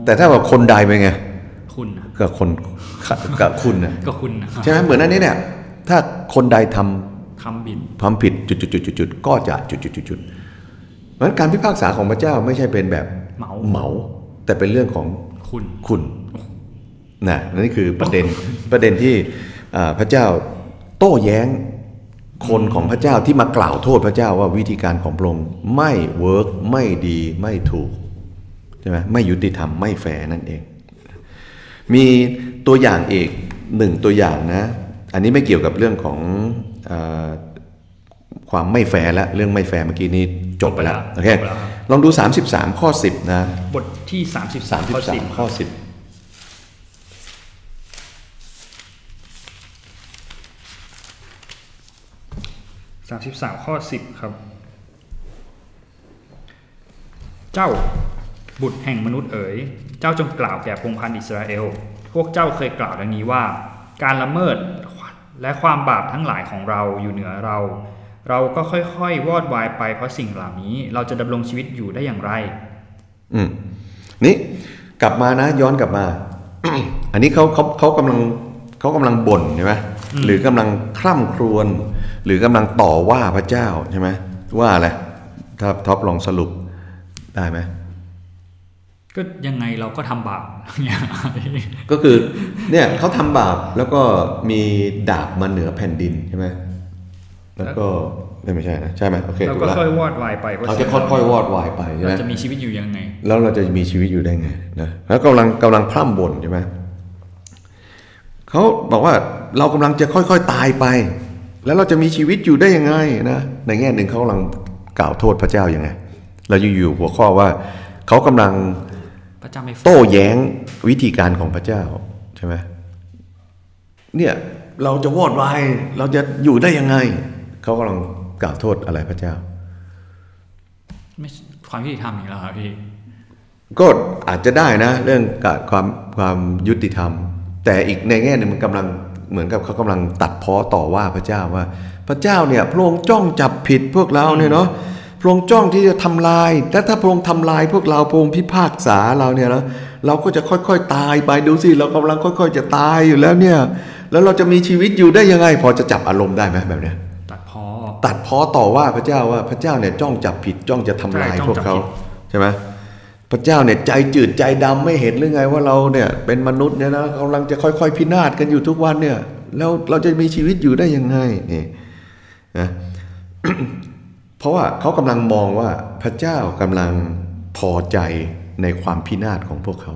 S3: แต่ถ้าแบบคนใดเป็นไง
S4: คุณนะ
S3: กับคน กับคุณนะ
S4: ก็คุณนะ
S3: ใช่ไหมเหมือนอันนี้เนี่ย ถ้าคนใดทำ
S4: คำบิด
S3: ความผิดจุดจุดจุดจุดจุดก็จะจุดจุดจุดจุดเพราะฉะนั้นการพิพากษาของพระเจ้าไม่ใช่เป็นแบบ
S4: เหมา
S3: เหมา แต่เป็นเรื่องของ
S4: คุณ
S3: คุณนะนั่นคือประเด็น ประเด็นที่อ่าพระเจ้าโต้แย้งคนของพระเจ้าที่มากล่าวโทษพระเจ้าว่าวิธีการของพระองค์ไม่เวิร์กไม่ดีไม่ถูกใช่ไหมไม่ยุติธรรมไม่แฟร์นั่นเอง มีตัวอย่างอีกหนึ่งตัวอย่างนะ อันนี้ไม่เกี่ยวกับเรื่องของอาความไม่แฟร์ละเรื่องไม่แฟร์เมื่อกี้นี้จบไปแล้วโอเค
S2: จบไปแล้วครับ
S3: ลองดู 33 ข้อ 10 นะ
S2: บทที่ 33ข้อสิบ
S3: ข้อสิบ
S2: 33 ข้อ 10 ครับ เจ้าบุตรแห่งมนุษย์เอ๋ย เจ้าจงกล่าวแก่พงศ์พันธ์อิสราเอล พวกเจ้าเคยกล่าวดังนี้ว่า การละเมิดและความบาปทั้งหลายของเราอยู่เหนือเรา เราก็ค่อยๆ วอดวายไปเพราะสิ่งเหล่านี้ เราจะดำรงชีวิตอยู่ได้อย่างไร
S3: อืมนี่กลับมานะย้อนกลับมา อันนี้เขาเขาเขากำลังเขากำลังบ่นใช่ไหมหรือกำลังคร่ำครวญหรือกำลังต่อว่าพระเจ้าใช่ไหมว่าอะไรถ้าท็อปลองสรุปได้ไหม
S4: ก็ยังไงเราก็ทำบา ปอย่างไร
S3: ก็คือเนี่ยเขาทำบาปแล้วก็มีดาบมาเหนือแผ่นดินใช่ไหมแล้วก็ไม่ใช่นะใช่ไหมโอเค
S2: เรา
S3: ถูก
S2: ก็
S3: ละ
S2: ค่อยวอดวายไปเพราะ
S3: เขา
S2: สิ่ง
S3: จะ
S2: เห
S3: ค่
S2: ล่า
S3: อย
S2: นี้
S3: ๆวอดวายไปใช่ไหม
S4: เราจะมีชีวิตอยู่ยังไง
S3: แล้วเราจะมีชีวิตอยู่ได้ไงนะแล้วกำลังกำลังพร่ำบ่นใช่ไหมเขาบอกว่าเรากำลังจะค่อยๆตายไป แล้วเราจะมีชีวิตอยู่ได้ยังไงนะในแง่หนึ่งเขากำลังกล่าวโทษพระเจ้ายังไง เราอยู่ๆหัวข้อว่าเขากำลัง
S4: พระเจ้าไม่ฟัง
S3: โต้แย้งวิธีการของพระเจ้าใช่ไหมเนี่ยเราจะวอดวายเราจะอยู่ได้ยังไงเขากำลังกล่าวโทษอะไรพระเจ้า
S4: ไม่ใช่ความยุติธรรมอย่างเราครับพี่
S3: ก็อาจจะได้นะ เรื่องการความความยุติธรรม แต่อีกในแง่หนึ่งมันกำลังเหมือนกับเขากำลังตัดเพ้อต่อว่าพระเจ้าว่า พระเจ้าเนี่ยพระองค์จ้องจับผิดพวกเราเนี่ยเนาะ พระองค์จ้องที่จะทำลาย แต่ถ้าพระองค์ทำลายพวกเราพระองค์พิพากษาเราเนี่ยนะเราก็จะค่อยๆตายไปดูสิเรากำลังค่อย ๆ จะตายอยู่แล้วเนี่ย แล้วเราจะมีชีวิตอยู่ได้ยังไง พอจะจับอารมณ์ได้ไหมแบบเนี้ย
S4: ตัดพอ
S3: ตัดพ้อต่อว่าพระเจ้าว่าพระเจ้าเนี่ยจ้องจับผิดจ้องจะทำลาย
S4: ใช่จ้อง
S3: พวกเขา
S4: จับผิด
S3: ใช่ไหมพระเจ้าเนี่ยใจจืดใจดำไม่เห็นหรือไงว่าเราเนี่ยเป็นมนุษย์เนี่ยนะกำลังจะค่อยๆ พินาศกันอยู่ทุกวันเนี่ย แล้วเราจะมีชีวิตอยู่ได้ยังไงนี่นะ เพราะว่าเขากำลังมองว่าพระเจ้ากำลังพอใจในความพินาศของพวกเขา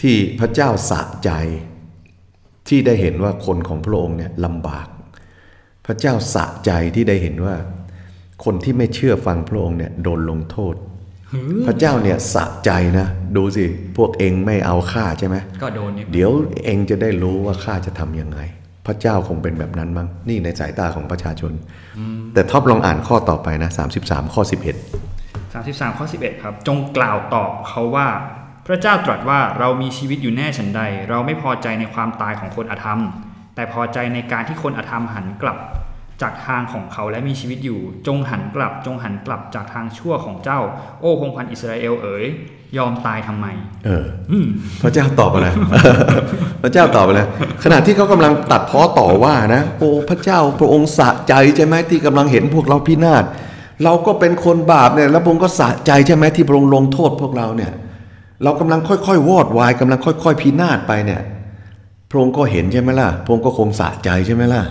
S3: ที่พระเจ้าสะใจ ที่ได้เห็นว่าคนของพระองค์เนี่ยลำบาก พระเจ้าสะใจที่ได้เห็นว่า คนที่ไม่เชื่อฟังพระองค์เนี่ยโดนลงโทษ พระเจ้าเนี่ยสะใจนะ ดูสิ พวกเองไม่เอาข้าใช่ไหม
S4: ก็โดนนี่
S3: เดี๋ยวเองจะได้รู้ว่าข้าจะทำยังไง พระเจ้าคงเป็นแบบนั้นมั้งนี่ในสายตาของประชาชน แต่ท็อปลองอ่านข้อต่อไปนะ 33 ข้อ 11
S2: 33ข้อ11 ครับ จงกล่าวตอบเขาว่า พระเจ้าตรัสว่าเรามีชีวิตอยู่แน่ฉันใด เราไม่พอใจในความตายของคนอธรรม แต่พอใจในการที่คนอธรรมหันกลับ จากทางของเขาและมีชีวิตอยู่ จงหันกลับ จงหันกลับจากทางชั่วของเจ้า โอ้พงศ์พันธุ์อิสราเอลเอ๋ยยอมตายทำไม
S3: เอออพระเจ้าตอบอะไร พระเจ้าตอบอะไรขณะที่เขากำลังตัดพ้อต่อว่านะ โอ้พระเจ้าพระองค์สะใจใช่ไหมที่กำลังเห็นพวกเราพินาศเราก็เป็นคนบาปเนี่ยแล้วพระองค์ก็สะใจใช่ไหมที่พระองค์ลงโทษพวกเราเนี่ย เรากำลังค่อยๆวอดวายกำลังค่อย ๆ พินาศไปเนี่ย พระองค์ก็เห็นใช่ไหมล่ะ พระองค์ก็คงสะใจใช่ไหมล่ะ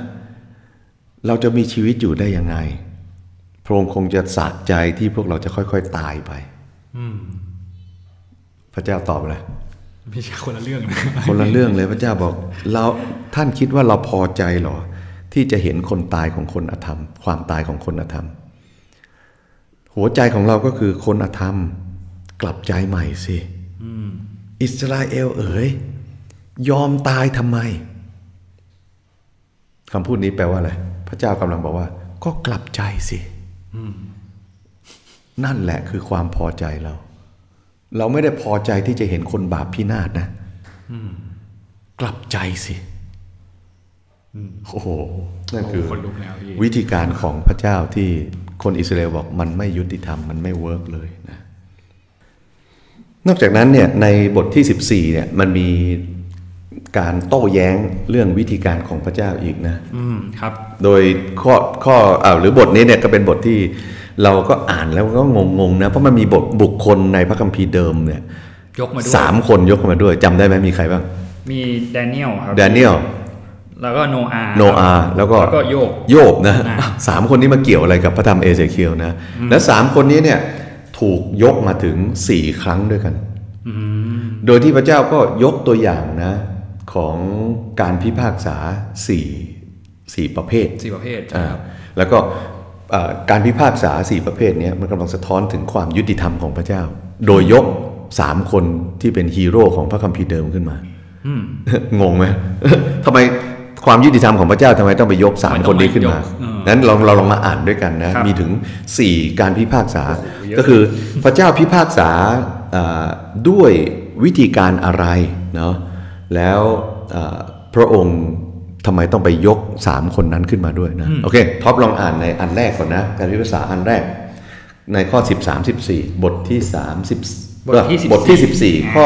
S3: เราจะมีชีวิตอยู่ได้ยังไง พระองค์คงจะสะใจที่พวกเราจะค่อยๆตายไป พระเจ้าตอบอะไร
S4: ไม่ใช่คนละเรื่องนะ
S3: คนละเรื่องเลยพระเจ้าบอกเราท่านคิดว่าเราพอใจเหรอ ที่จะเห็นคนตายของคนอธรรม ความตายของคนอธรรม หัวใจของเราก็คือคนอธรรม กลับใจใหม่สิอิสราเอลเอ๋ยยอมตายทำไมคำพูดนี้แปลว่าอะไรพระเจ้ากำลังบอกว่า ก็กลับใจสินั่นแหละคือความพอใจเรา เราไม่ได้พอใจที่จะเห็นคนบาปพินาศนะ กลับใจสิโอ้โห นั่นคือ
S4: คนลุกแล้วพี่
S3: วิธีการของพระเจ้าที่คนอิสราเอลบอกมันไม่ยุติธรรม มันไม่เวิร์กเลยนะ นอกจากนั้นเนี่ยในบทที่ 14เนี่ยมันมีการโต้แย้งเรื่องวิธีการของพระเจ้าอีกนะ
S4: อืมครับ
S3: โดยข้อข้ออ่าหรือบทนี้เนี่ยก็เป็นบทที่เราก็อ่านแล้วก็งงๆนะเพราะมันมีบทบุคคลในพระคัมภีร์เดิมเนี่ย
S4: ยกมาด้วย
S3: สามคนยกมาด้วยจำได้ไหมมีใครบ้าง
S2: มีแดเนียลครับ
S3: แดเนียล
S2: แล้วก็โนอาห์
S3: โนอาห์แล้วก็
S2: แล้วก็โยบ
S3: โยบนะ
S2: อ่า
S3: สามคนนี้มาเกี่ยวอะไรกับพระธรรมเอเซเคียลนะ และสามคนนี้เนี่ยถูกยกมาถึงสี่ครั้งด้วยกัน โดยที่พระเจ้าก็ยกตัวอย่างนะของการพิพากษาสี่สี่ประเภท
S4: สี่ประเภท
S3: อ่าแล้วก็เอ่อการพิพากษา 4 ประเภทเนี้ยมันกำลังสะท้อนถึงความยุติธรรมของพระเจ้า โดยยก 3 คนที่เป็นฮีโร่ของพระคัมภีร์เดิมขึ้นมา งงไหม ทำไมความยุติธรรมของพระเจ้าทำไมต้องไปยก
S4: มัน
S3: 3
S4: ต้
S3: ค
S4: อง
S3: นนี้ขึ้นมาย
S4: กเออ
S3: นั้นเราเราลองมาอ่านด้วยกันนะ
S2: ครับ
S3: มีถึง 4 การพิพากษา ก็คือพระเจ้าพิพากษาเอ่อด้วยวิธีการอะไรเนาะแล้วเอ่อพระองค์ทำไมต้องไปยก 3 คนนั้นขึ้นมาด้วยนะ โอเคท็อปลองอ่านในอันแรกก่อนนะ การพิพากษาอันแรก ในข้อ 13 14 บทที่30
S2: บทที่
S3: บทที่
S2: 14
S3: 14 ข้อ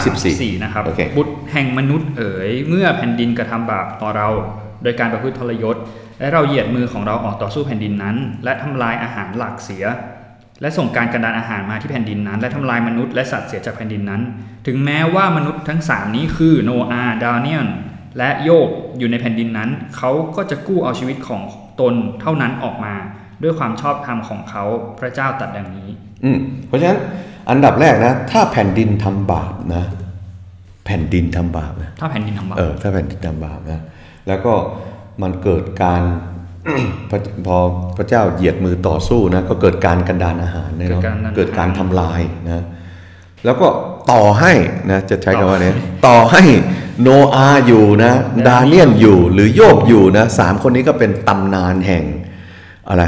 S3: 13 14
S2: นะครับ
S3: โอเค
S2: บุตรแห่งมนุษย์เอ๋ยเมื่อแผ่นดินกระทำบาปต่อเรา โดยการประพฤติทรยศ และเราเหยียดมือของเราออกต่อสู้แผ่นดินนั้น และทำลายอาหารหลักเสีย และส่งการกันดานอาหารมาที่แผ่นดินนั้น และทำลายมนุษย์และสัตว์เสียจากแผ่นดินนั้น ถึงแม้ว่ามนุษย์ทั้งสามนี้คือโนอาห์ดาเนียนและโยบอยู่ในแผ่นดินนั้น เขาก็จะกู้เอาชีวิตของตนเท่านั้นออกมา ด้วยความชอบธรรมของเขาพระเจ้าตรัดดังนี้
S3: อืมเพราะฉะนั้นอันดับแรกนะ ถ้าแผ่นดินทำบาปนะ แผ่นดินทำบาปนะ
S2: ถ้าแผ่นดินทำบาป
S3: เออถ้าแผ่นดินทำบาปนะ แล้วก็มันเกิดการ พระพอพระเจ้าเหยียดมือต่อสู้นะก็เกิดการกันดานอาหารเนี่ยเนาะ
S2: เกิดการกันดาน
S3: เกิดการทำลายนะแล้วก็ต่อให้นะจะใช้คำว่าเนี้ยต่อให้โนอาห์อยู่นะดาเนียนอยู่หรือโยบอยู่นะสามคนนี้ก็เป็นตำนานแห่งอะไร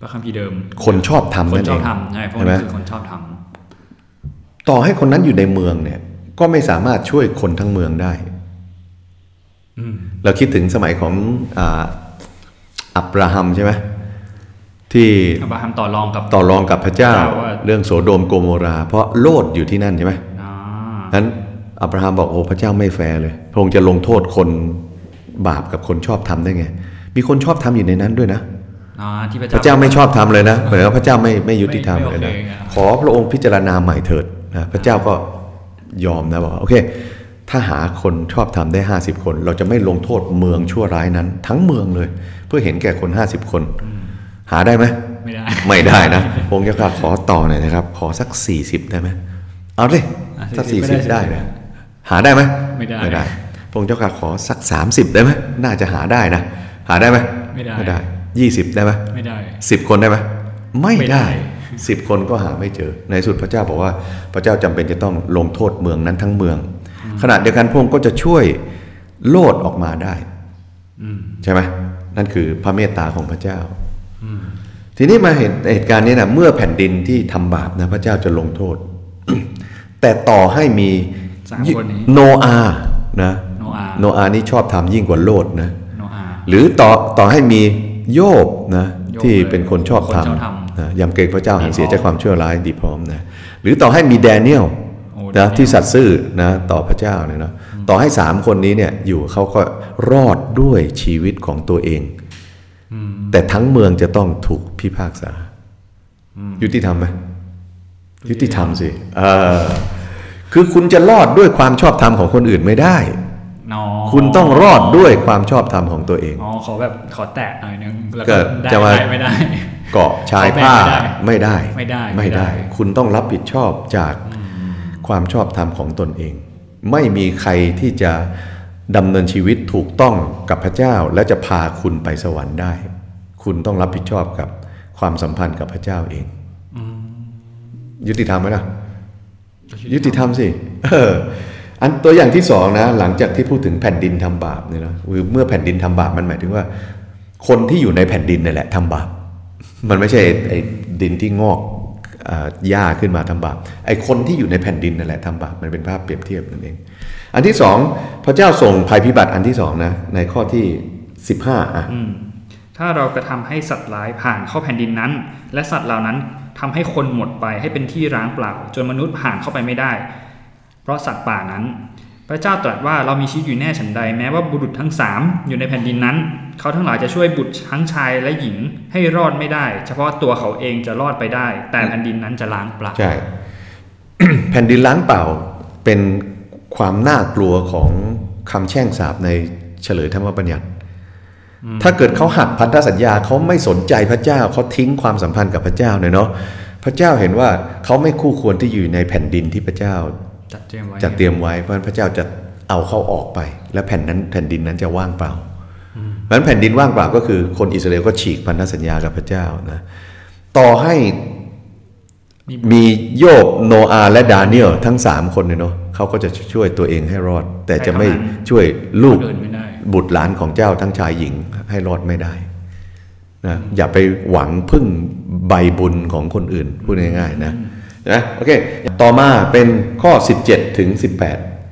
S4: พระคัมภีร์เดิม
S3: คนชอบทำ
S4: คน
S3: นั่น
S4: ช
S3: เอ
S4: อบ
S3: ง
S4: ทำใช่พวก
S3: ใช่
S4: นี้
S3: ไหม
S4: คือคนชอบท
S3: ต่อให้คนนั้นอยู่ในเมืองเนี่ย ก็ไม่สามารถช่วยคนทั้งเมืองได้ เราคิดถึงสมัยของอาอับราฮัมใช่ไหม ที่
S4: อับราฮัมต่อรองกับ
S3: ต่อรองกับพระเจ้า
S4: ว่า
S3: เรื่องโสโดมโกโมรา เพราะโลดอยู่ที่นั่นใช่ไหม
S4: อ่า
S3: นั้นอับราฮัมบอกโอ้พระเจ้าไม่แฟร์เลย พระองค์จะลงโทษคนบาปกับคนชอบทำได้ไง มีคนชอบทำอยู่ในนั้นด้วยนะ
S4: อ่าที่พระ
S3: พระ
S4: เจ้า
S3: เจ้าไม่ชอบทำเลยนะเหมือนว่าพระเจ้าไม่ไม่ยุติธรรม
S2: ไม่
S3: เลย
S2: ไม่
S3: นะ
S2: โอเคไง
S3: ขอพระองค์พิจารณาใหม่เถิดนะพระเจ้าก็ยอมนะบอกว่าโอเค ถ้าหาคนชอบทำได้ 50 คน เราจะไม่ลงโทษเมืองชั่วร้ายนั้น ทั้งเมืองเลย เพื่อเห็นแก่คน 50 คน หาได้ไหม
S4: ไม่ได้
S3: ไม่ได้นะผมจะขอต่อหน่อยนะครับ ขอสัก 40 ได้ไหมเอาเลยสัก
S2: 40
S3: 40 ได้นะหาได้ไหม
S4: ไม่ได้
S3: ไม่ได้พระองค์เจ้าค่ะขอสัก 30 ได้ไหมน่าจะหาได้นะหาได้ไหม
S4: ไม่ได้
S3: ไม่ได้ยี่สิบได้ไหม
S4: ไม่ได้
S3: สิบคนได้ไหมไม่
S4: ไม่ได้
S3: ได้สิบคนก็หาไม่เจอ ในสุดพระเจ้าบอกว่าพระเจ้าจำเป็นจะต้องลงโทษเมืองนั้นทั้งเมือง ขณะเดียวกันพระองค์ก็จะช่วยโลดออกมาได้ใช่ไหมนั่นคือพระเมตตาของพระเจ้าทีนี้มาเห็นเหตุการณ์นี้นะเมื่อแผ่นดินที่ทำบาปนะพระเจ้าจะลงโทษ แต่ต่อให้มี
S4: สามคนนี้
S3: โนอาห์นะ
S4: โนอาห์
S3: โนอาห์นี่ชอบทำยิ่งกว่าโลดนะ
S4: โนอาห์
S3: หรือต่อต่อให้มีโยบนะ
S4: โยบ
S3: ที่เป็นคนชอบ
S4: คนช
S3: ท
S4: อบท
S3: ำ
S4: ำ
S3: นะยำเกรงพระเจ้าหัน
S4: ดีพร้อม
S3: เสียจากความชั่วร้ายดีพร้อมนะหรือต่อให้มีแดเนียล
S4: โอ้แดเนี
S3: นะ
S4: ยล
S3: ที่สัตย์ซื่อนะต่อพระเจ้าเนี่ยเนาะต่อให้สามคนนี้เนี่ยอยู่เขาก็รอดด้วยชีวิตของตัวเอง แต่ทั้งเมืองจะต้องถูกพิพากษา ยุติธรรมไหมยุติธรรมสิเออคือคุณจะรอดด้วยความชอบธรรมของคนอื่นไม่ได้
S4: นอ
S3: คุณต้องรอดด้วยความชอบธรรมของตัวเอง
S4: อ๋อขอแบบขอแตะหน่อยนึงแล้ว
S3: เกิ
S4: ก็
S3: ด
S4: ได้
S3: จะมา
S4: ไม่ได้
S3: เกาะชายผ้าไม่ได้
S4: ไม่ได้
S3: ไม่
S4: ไม่ได้
S3: ได้ คุณต้องรับผิดชอบจากความชอบธรรมของตนเอง ไม่มีใครที่จะดำเนินชีวิตถูกต้องกับพระเจ้า และจะพาคุณไปสวรรค์ได้ คุณต้องรับผิดชอบกับความสัมพันธ์กับพระเจ้าเองยุติธรรมไหมล่ะ ยุติธรรมสิเอออันตัวอย่างที่สองนะ หลังจากที่พูดถึงแผ่นดินทำบาปเนี่ยนะคือเมื่อแผ่นดินทำบาปมันหมายถึงว่า คนที่อยู่ในแผ่นดินนี่แหละทำบาป มันไม่ใช่ไอ้ไอ้ดินที่งอกอ่าหญ้าขึ้นมาทำบาปไอ้คนที่อยู่ในแผ่นดินนั่นแหละทำบาปมันเป็นภาพเปรียบเทียบนั่นเอง อันที่สองพระเจ้าส่งภัยพิบัติอันที่สองนะในข้อที่ 15อ่ะ
S2: อืมถ้าเรากระทำให้สัตว์ร้ายผ่านเข้าแผ่นดินนั้น และสัตว์เหล่านั้นทำให้คนหมดไปให้เป็นที่ร้างเปล่า จนมนุษย์ผ่านเข้าไปไม่ได้ เพราะสัตว์ป่านั้น พระเจ้าตรัสว่าเรามีชีวิตอยู่แน่ฉันใดแม้ว่าบุรุษทั้งสามอยู่ในแผ่นดินนั้น เขาทั้งหลายจะช่วยบุตรทั้งชายและหญิงให้รอดไม่ได้ เฉพาะตัวเขาเองจะรอดไปได้ แต่แผ่นดินนั้นจะล้างเปล่า
S3: ใช่ แผ่นดินล้างเปล่าเป็นความน่ากลัวของคำแช่งสาปในเฉลยธรรมบัญญัติ ถ้าเกิดเขาหักพันธสัญญาเขาไม่สนใจพระเจ้าเขาทิ้งความสัมพันธ์กับพระเจ้าเนี่ยเนาะพระเจ้าเห็นว่าเขาไม่คู่ควรที่อยู่ในแผ่นดินที่พระเจ้า
S4: จัดเตรียมไว้
S3: จะเตรียมไว้เพราะฉะนั้นพระเจ้าจะเอาเขาออกไป และแผ่นนั้นแผ่นดินนั้นจะว่างเปล่าเพราะฉะนั้นแผ่นดินว่างเปล่าก็คือ คนอิสราเอลก็ฉีกพันธสัญญากับพระเจ้านะต่อให้มีโยบโนอาห์และดาเนียลทั้งสามคนเนี่ยเนาะเขาก็จะช่วยตัวเองให้รอด แต่จะไม่ช่วยลู
S4: ค
S3: ก
S4: นอื่นไม่ได้
S3: บุตรหลานของเจ้าทั้งชายหญิงให้รอดไม่ได้นะอย่าไปหวังพึ่งใบบุญของคนอื่น พูดง่ายๆนะนะโอเค ต่อมาเป็นข้อ 17 ถึง 18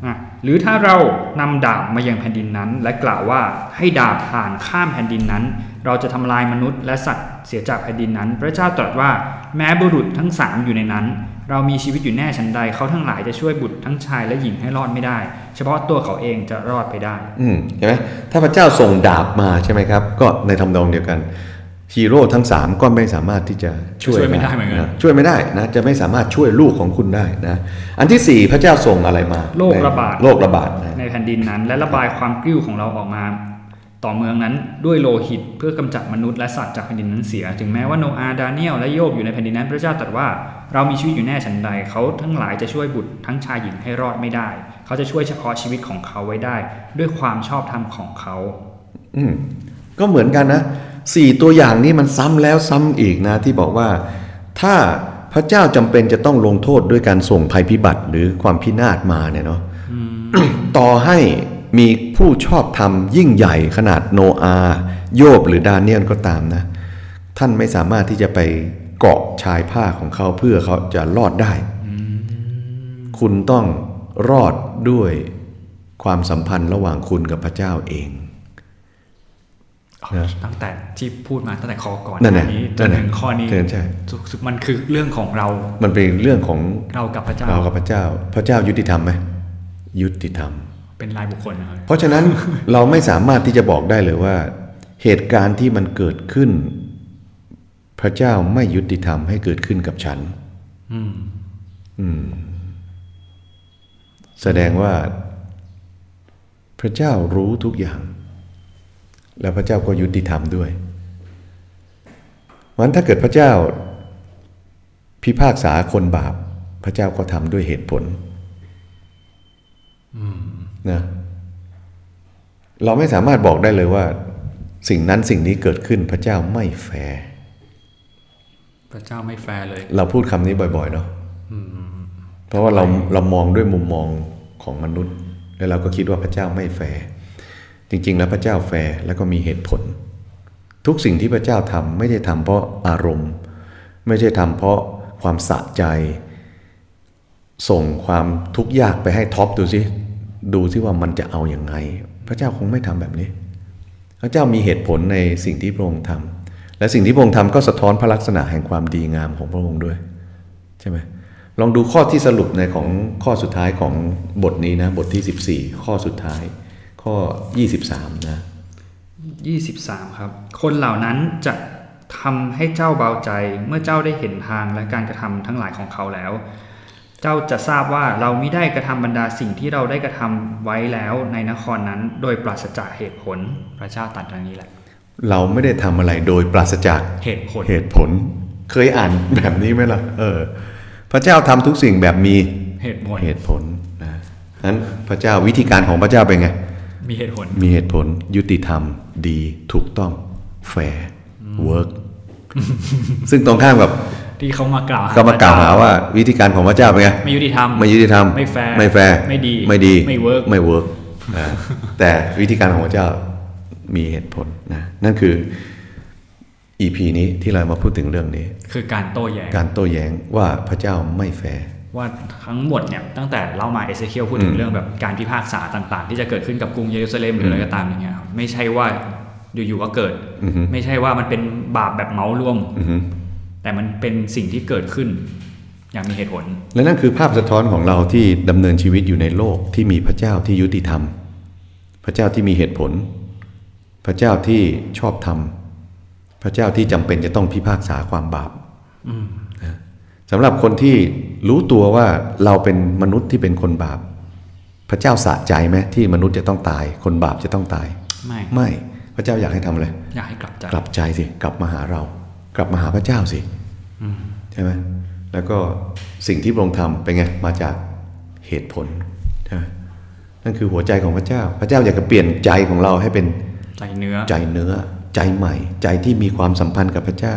S2: อ่ะหรือถ้าเรานำดาบมายังแผ่นดินนั้น และกล่าวว่าให้ดาบผ่านข้ามแผ่นดินนั้น เราจะทำลายมนุษย์และสัตว์เสียจากแผ่นดินนั้น พระเจ้าตรัสว่าแม้บุรุษทั้งสามอยู่ในนั้น เรามีชีวิตอยู่แน่ชันใดเขาทั้งหลายจะช่วยบุตรทั้งชายและหญิงให้รอดไม่ได้ เฉพาะตัวเขาเองจะรอดไปได้
S3: อืมเห็นไหมถ้าพระเจ้าส่งดาบมาใช่ไหมครับ ก็ในทำนองเดียวกันฮีโร่ทั้ง 3 ก็ไม่สามารถที่จะช่วย
S4: ช่วยไม่ได้เหมือนกัน
S3: ะช่วยไม่ได้นะจะไม่สามารถช่วยลูกของคุณได้นะอันที่สี่พระเจ้าส่งอะไรมา
S2: โรคระบาด
S3: โรคระบาดนะ
S2: ในแผ่นดินนั้น และระบายความกริ้วของเราออกมา ต่อเมืองนั้นด้วยโลหิตเพื่อกำจัดมนุษย์และสัตว์จากแผ่นดินนั้นเสีย ถึงแม้ว่าโนอาห์ดาเนียลและโยบอยู่ในแผ่นดินนั้น พระเจ้าตรัสว่าเรามีชีวิตอยู่แน่ฉันใด เขาทั้งหลายจะช่วยบุตรทั้งชายหญิงให้รอดไม่ได้ เขาจะช่วยเฉพาะชีวิตของเขาไว้ได้ ด้วยความชอบธรรมของเขา
S3: อืมก็เหมือนกันนะสี่ตัวอย่างนี้มันซ้ำแล้วซ้ำอีกนะ ที่บอกว่า ถ้าพระเจ้าจำเป็นจะต้องลงโทษด้วยการส่งภัยพิบัติหรือความพินาศมาเนี่ยเนาะ ต่อให้มีผู้ชอบธรรมยิ่งใหญ่ขนาดโนอาห์โยบหรือดาเนียลก็ตามนะ ท่านไม่สามารถที่จะไปเกาะชายผ้าของเขาเพื่อเขาจะรอดได้ คุณต้องรอดด้วยความสัมพันธ์ระหว่างคุณกับพระเจ้าเอง นะ
S2: ตั้งแต่ที่พูดมาตั้งแต่ข้อก่อน
S3: นั่นแหละ
S2: หานี้จ
S3: นั่
S2: น
S3: นแหละ
S2: ถึงข้อนี้
S3: เจนใช่
S2: สุดสุดมันคือเรื่องของเรา
S3: มันเป็นเรื่องของ
S2: เรากับพระเจ้า
S3: เรากับพระเจ้า พระเจ้ายุติธรรมไหมยุติธรรม
S2: เป็นรายบุคคลนะครับ
S3: เพราะฉะนั้น เราไม่สามารถที่จะบอกได้เลยว่า เหตุการณ์ที่มันเกิดขึ้น พระเจ้าไม่ยุติธรรมให้เกิดขึ้นกับฉัน
S2: อืม
S3: อืม แสดงว่า พระเจ้ารู้ทุกอย่าง แล้วพระเจ้าก็ยุติธรรมด้วยวันถ้าเกิดพระเจ้า พิพากษาคนบาป พระเจ้าก็ทำด้วยเหตุผลนะเราไม่สามารถบอกได้เลยว่า สิ่งนั้นสิ่งนี้เกิดขึ้น พระเจ้าไม่แฟร์
S2: พระเจ้าไม่แฟร์เลย
S3: เราพูดคำนี้บ่อยๆเนาะเพราะว่าเราเรามองด้วยมุมมองของมนุษย์ แล้วเราก็คิดว่าพระเจ้าไม่แฟร์จริง ๆ แล้วพระเจ้าแฟร์แล้วก็มีเหตุผล ทุกสิ่งที่พระเจ้าทำไม่ได้ทำเพราะอารมณ์ ไม่ใช่ทำเพราะความสะใจ ส่งความทุกข์ยากไปให้ท็อปดูสิดูสิว่ามันจะเอาอย่างไง พระเจ้าคงไม่ทำแบบนี้ พระเจ้ามีเหตุผลในสิ่งที่พระองค์ทำและสิ่งที่พระองค์ทำก็สะท้อนพระลักษณะแห่งความดีงามของพระองค์ด้วย ใช่ไหมลองดูข้อที่สรุปในของข้อสุดท้ายของบทนี้นะ บทที่ 14 ข้อสุดท้าย ข้อ 23 นะ
S5: 23 ครับ คนเหล่านั้นจะทำให้เจ้าเบาใจเมื่อเจ้าได้เห็นทางและการกระทำทั้งหลายของเขาแล้ว เจ้าจะทราบว่าเราไม่ได้กระทำบรรดาสิ่งที่เราได้กระทำไว้แล้วในนครนั้นโดยปราศจากเหตุผล
S2: พระเจ้าตัดอย่างนี้แหละ
S3: เราไม่ได้ทำอะไรโดยปราศจาก
S2: เหตุผล
S3: เหตุผลเคยอ่านแบบนี้ไหมล่ะ เออ พระเจ้าทำทุกสิ่งแบบมี
S2: เหตุผล
S3: เหตุผลนะนั้นพระเจ้าวิธีการของพระเจ้าเป็นไง
S2: มีเหตุผล
S3: มีเหตุผลยุติธรรมดีถูกต้องแฟร์เวิร์ก ซึ่งตรงข้ามกับ
S2: ที่เขามากล่าวห
S3: ก็มากล่าวหาว่าวิธีการของพระเจ้าเป็นไง
S2: ไม่ยุติธรรม
S3: ไม่ยุติธรรม
S2: ไม่แฟร์
S3: ไม่แฟร์
S2: ไม่ดี
S3: ไม่ดี
S2: ไม่ work
S3: ไม่เวิร์ก นะแต่วิธีการของพระเจ้ามีเหตุผลนะนั่นคือ EP นี้ที่เรามาพูดถึงเรื่องนี้
S2: คือการโต้แย้ง
S3: การโต้แย้งว่าพระเจ้าไม่แฟร์
S2: ว่าทั้งหมดเนี่ยตั้งแต่เล่ามาเอเซเคียลพูดถึ
S3: อื
S2: ง
S3: ม
S2: เรื่องแบบการพิพากษาต่างๆ ที่จะเกิดขึ้นกับกรุงเยรูซาเล็มหรืออะไรก็ตามอย่างเงี้ยครับไม่ใช่ว่าอยู่ๆก็เกิด
S3: อือฮึ
S2: ไม่ใช่ว่ามันเป็นบาปแบบเหมารวม
S3: อือฮึ
S2: แต่มันเป็นสิ่งที่เกิดขึ้น อย่างมีเหตุผล
S3: และนั่นคือภาพสะท้อนของเราที่ดำเนินชีวิตอยู่ในโลกที่มีพระเจ้าที่ยุติธรรม พระเจ้าที่มีเหตุผล พระเจ้าที่ชอบธรรม พระเจ้าที่จำเป็นจะต้องพิพากษาความบาปนะสำหรับคนที่รู้ตัวว่าเราเป็นมนุษย์ที่เป็นคนบาป พระเจ้าสะใจไหมที่มนุษย์จะต้องตาย คนบาปจะต้องตาย
S2: ไม่
S3: ไม่พระเจ้าอยากให้ทำอะไร
S2: อยากให้กลับใจ
S3: กลับใจสิกลับมาหาเรา กลับมาหาพระเจ้าสิใช่ไหมแล้วก็สิ่งที่พระองค์ทำเป็นไงมาจากเหตุผลใช่ไหมนั่นคือหัวใจของพระเจ้า พระเจ้าอยากจะเปลี่ยนใจของเราให้เป็น
S2: ใจเนื้อ
S3: ใจเนื้อ ใจใหม่ ใจที่มีความสัมพันธ์กับพระเจ้า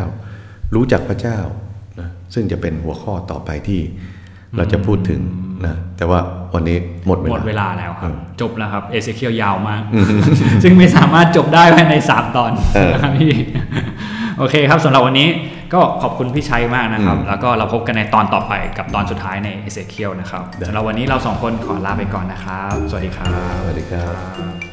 S3: รู้จักพระเจ้านะซึ่งจะเป็นหัวข้อต่อไปที่เราจะพูดถึงนะแต่ว่าวันนี้หมดเว
S2: หม
S3: ลา
S2: ดเวลาแล้วครับ
S3: อืม
S2: จบแล้วครับเอเซเคียวยาวมาก ซึ่งไม่สามารถจบได้ภายใน 3 ตอน
S3: เออ
S2: นะครับพี่ โอเคครับสำหรับวันนี้ก็ขอบคุณพี่ชัยมากนะครับ
S3: อืม
S2: แล้วก็เราพบกันในตอนต่อไปกับตอนสุดท้ายในเอเซเคียนะครับ
S3: ได้
S2: สำหรับวันนี้เราสองคนขอลาไปก่อนนะครับ สวัสดีครับ
S3: สวัสดีครับ
S2: ครับ